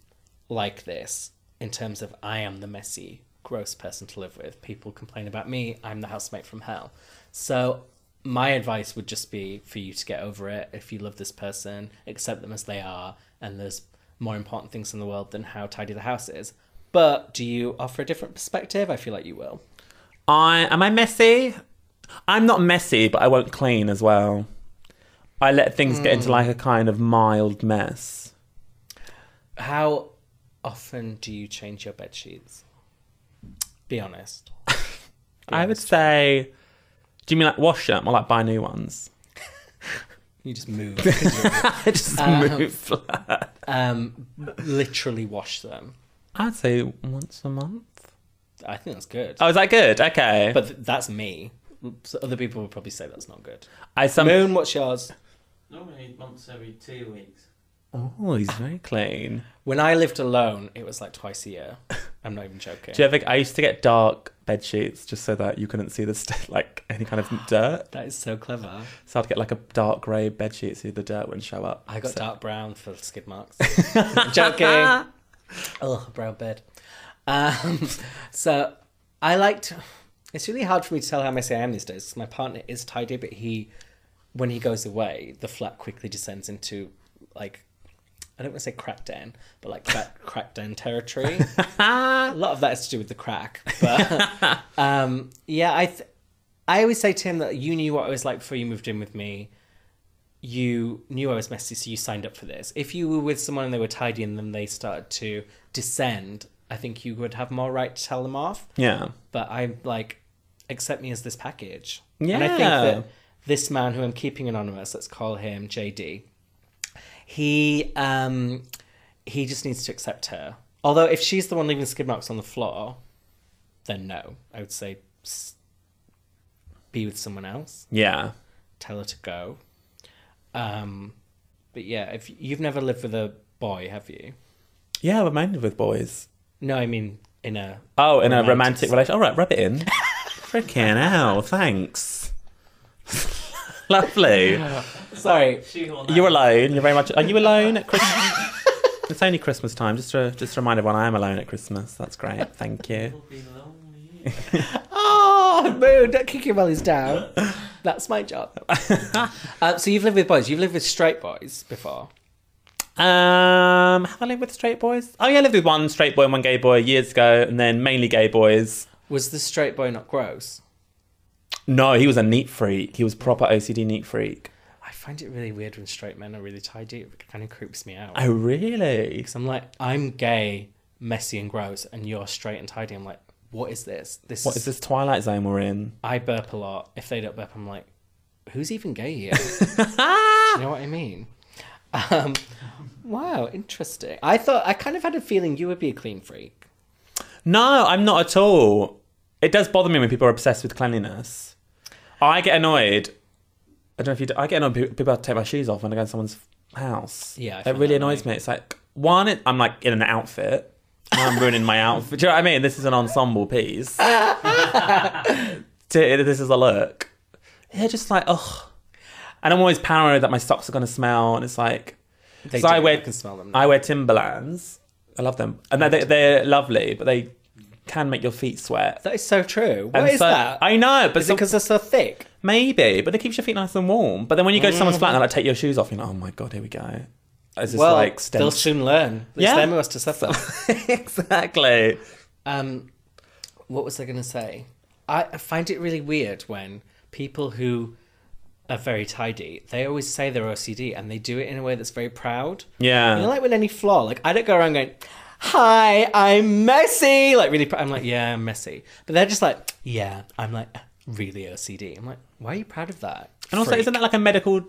[SPEAKER 1] like this in terms of I am the messy, gross person to live with. People complain about me. I'm the housemate from hell. So my advice would just be for you to get over it. If you love this person, accept them as they are. And there's more important things in the world than how tidy the house is. But do you offer a different perspective? I feel like you will.
[SPEAKER 2] I am I messy? I'm not messy, but I won't clean as well. I let things get into like a kind of mild mess.
[SPEAKER 1] How often do you change your bed sheets? Be honest.
[SPEAKER 2] I would say, do you mean like wash them or like buy new ones?
[SPEAKER 1] You just move.
[SPEAKER 2] I just move flat.
[SPEAKER 1] um, literally wash them.
[SPEAKER 2] I'd say once a month.
[SPEAKER 1] I think that's good.
[SPEAKER 2] Oh, is that good? Okay, but
[SPEAKER 1] But th- that's me. So other people would probably say that's not good.
[SPEAKER 2] I some.
[SPEAKER 1] Moon, what's yours?
[SPEAKER 3] Normally once every two weeks.
[SPEAKER 2] Oh, he's very clean.
[SPEAKER 1] When I lived alone, it was like twice a year. I'm not even joking.
[SPEAKER 2] Do you ever? I used to get dark bed sheets just so that you couldn't see the st- like any kind of dirt.
[SPEAKER 1] that is so clever.
[SPEAKER 2] So I'd get like a dark grey bed sheet so the dirt wouldn't show up.
[SPEAKER 1] I got
[SPEAKER 2] So-
[SPEAKER 1] dark brown for skid marks. I'm joking. Oh, brown bed. Um, so I liked. It's really hard for me to tell how messy I am these days. 'cause My partner is tidy, but he, when he goes away, the flat quickly descends into like, I don't want to say crack den, but like crack crack den territory. a lot of that is to do with the crack, but um, yeah, I, th- I always say to him that you knew what I was like before you moved in with me you knew I was messy, so you signed up for this. If you were with someone and they were tidy and then they started to descend, I think you would have more right to tell them off.
[SPEAKER 2] Yeah.
[SPEAKER 1] But I like accept me as this package. And I think that
[SPEAKER 2] Yeah.
[SPEAKER 1] this man who I'm keeping anonymous, let's call him JD, he um he just needs to accept her. Although if she's the one leaving skid marks on the floor, then no. I would say s- be with someone else
[SPEAKER 2] Yeah.
[SPEAKER 1] tell her to go. Um, but yeah, if you've never lived with a boy, have you?
[SPEAKER 2] Yeah, we're minded with boys.
[SPEAKER 1] No, I mean in a.
[SPEAKER 2] Oh, in a
[SPEAKER 1] Romantic.
[SPEAKER 2] romantic relation. All right, rub it in. Freaking hell, thanks. Lovely.
[SPEAKER 1] Sorry,
[SPEAKER 3] Shoehorn
[SPEAKER 2] You're
[SPEAKER 3] that.
[SPEAKER 2] alone. You're very much. Are you alone at Christmas? it's only Christmas time. Just to, just to remind everyone, I am alone at Christmas. That's great. Thank you.
[SPEAKER 3] You'll be lonely.
[SPEAKER 1] Oh, moon! Don't kick your wellies down. That's my job. uh, so you've lived with boys. You've lived with straight boys before.
[SPEAKER 2] Um, have I lived with straight boys? Oh yeah, I lived with one straight boy and one gay boy years ago, and then mainly gay boys.
[SPEAKER 1] Was the straight boy not gross?
[SPEAKER 2] No, he was a neat freak. He was proper OCD neat freak.
[SPEAKER 1] I find it really weird when straight men are really tidy. It kind of creeps me out.
[SPEAKER 2] Oh really?
[SPEAKER 1] Because I'm like, I'm gay, messy and gross, and you're straight and tidy. I'm like, what is this? This
[SPEAKER 2] What is this Twilight Zone we're in?
[SPEAKER 1] I burp a lot. If they don't burp, I'm like, who's even gay here? Do you know what I mean? Um, wow, interesting. I thought I kind of had a feeling you would be a clean freak.
[SPEAKER 2] No, I'm not at all. It does bother me when people are obsessed with cleanliness. I get annoyed. I don't know if you. Do, I get annoyed. when People have to take my shoes off when I go to someone's house.
[SPEAKER 1] Yeah, I
[SPEAKER 2] it
[SPEAKER 1] find
[SPEAKER 2] really
[SPEAKER 1] that
[SPEAKER 2] annoys me. It's like one, it, I'm like in an outfit. Now I'm ruining my outfit. Do you know what I mean? This is an ensemble piece. T- this is a look. Yeah, just like ugh. And I'm always paranoid that my socks are gonna smell, and it's like
[SPEAKER 1] They
[SPEAKER 2] 'Cause I
[SPEAKER 1] do,
[SPEAKER 2] wear-
[SPEAKER 1] can smell them.
[SPEAKER 2] I wear Timberlands. I love them, and they, they're lovely, but they can make your feet sweat.
[SPEAKER 1] that is so true.
[SPEAKER 2] And
[SPEAKER 1] What is
[SPEAKER 2] so-
[SPEAKER 1] that?
[SPEAKER 2] I know, but
[SPEAKER 1] is it
[SPEAKER 2] some-
[SPEAKER 1] because they're so thick?
[SPEAKER 2] maybe, but it keeps your feet nice and warm. But then when you go to someone's flat and they like take your shoes off, you're like, oh my god, here we go. It's just
[SPEAKER 1] Well,
[SPEAKER 2] like
[SPEAKER 1] they'll
[SPEAKER 2] stench.
[SPEAKER 1] soon learn. It's
[SPEAKER 2] Yeah.
[SPEAKER 1] them who has to suffer.
[SPEAKER 2] exactly.
[SPEAKER 1] Um, what was I going to say? I, I find it really weird when people who are very tidy, they always say they're OCD and they do it in a way that's very proud.
[SPEAKER 2] Yeah.
[SPEAKER 1] You know, like with any flaw, like I don't go around going, hi, I'm messy. Like really, pr- I'm like, yeah, I'm messy. But they're just like, yeah, I'm like really OCD. I'm like, why are you proud of that?
[SPEAKER 2] And also,
[SPEAKER 1] freak?"
[SPEAKER 2] isn't that like a medical?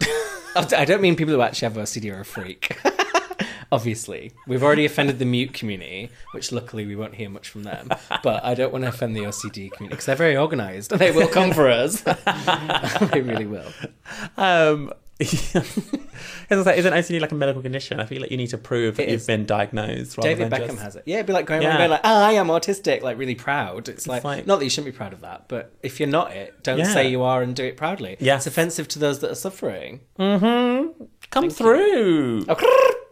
[SPEAKER 1] I don't mean people who actually have OCD are a freak. Obviously, we've already offended the mute community, which luckily we won't hear much from them. But I don't want to offend the OCD community because they're very organised. They will come for us. they really will.
[SPEAKER 2] um, as I say, isn't OCD like a medical condition? I feel like you need to prove that
[SPEAKER 1] It
[SPEAKER 2] you've
[SPEAKER 1] is.
[SPEAKER 2] been diagnosed. Rather
[SPEAKER 1] David
[SPEAKER 2] than
[SPEAKER 1] Beckham
[SPEAKER 2] just-
[SPEAKER 1] has it. Yeah, it'd be like going around
[SPEAKER 2] Yeah.
[SPEAKER 1] going like, "Oh, I am autistic," like really proud. It's, like,
[SPEAKER 2] like-
[SPEAKER 1] not that you shouldn't be proud of that, but if you're not it, don't
[SPEAKER 2] Yeah.
[SPEAKER 1] say you are and do it proudly.
[SPEAKER 2] Yes.
[SPEAKER 1] it's offensive to those that are suffering.
[SPEAKER 2] Come through.
[SPEAKER 1] Oh,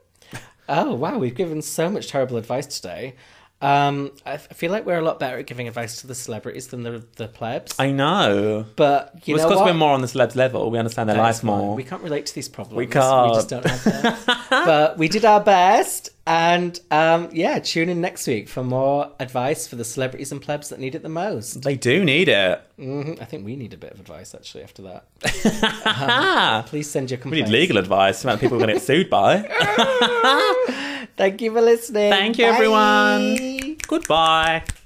[SPEAKER 1] Oh wow, we've given so much terrible advice today. Um, I f- I feel like we're a lot better at giving advice to the celebrities than the the plebs.
[SPEAKER 2] I know.
[SPEAKER 1] but you
[SPEAKER 2] Well, it's
[SPEAKER 1] know
[SPEAKER 2] because
[SPEAKER 1] what?
[SPEAKER 2] we're more on the celebs level. We understand their
[SPEAKER 1] That
[SPEAKER 2] life
[SPEAKER 1] is fine.
[SPEAKER 2] more.
[SPEAKER 1] We can't relate to these problems.
[SPEAKER 2] We
[SPEAKER 1] We just don't have them. but we did our best, and um, yeah, tune in next week for more advice for the celebrities and plebs that need it the most.
[SPEAKER 2] They do need it.
[SPEAKER 1] hmm
[SPEAKER 2] Mm-hmm.
[SPEAKER 1] I think we need a bit of advice actually after that.
[SPEAKER 2] Ah,
[SPEAKER 1] Please send your
[SPEAKER 2] we
[SPEAKER 1] complaints.
[SPEAKER 2] need legal advice. The amount of people we're going to get sued by.
[SPEAKER 1] Thank you for listening.
[SPEAKER 2] Thank you,
[SPEAKER 1] Bye.
[SPEAKER 2] everyone. Goodbye.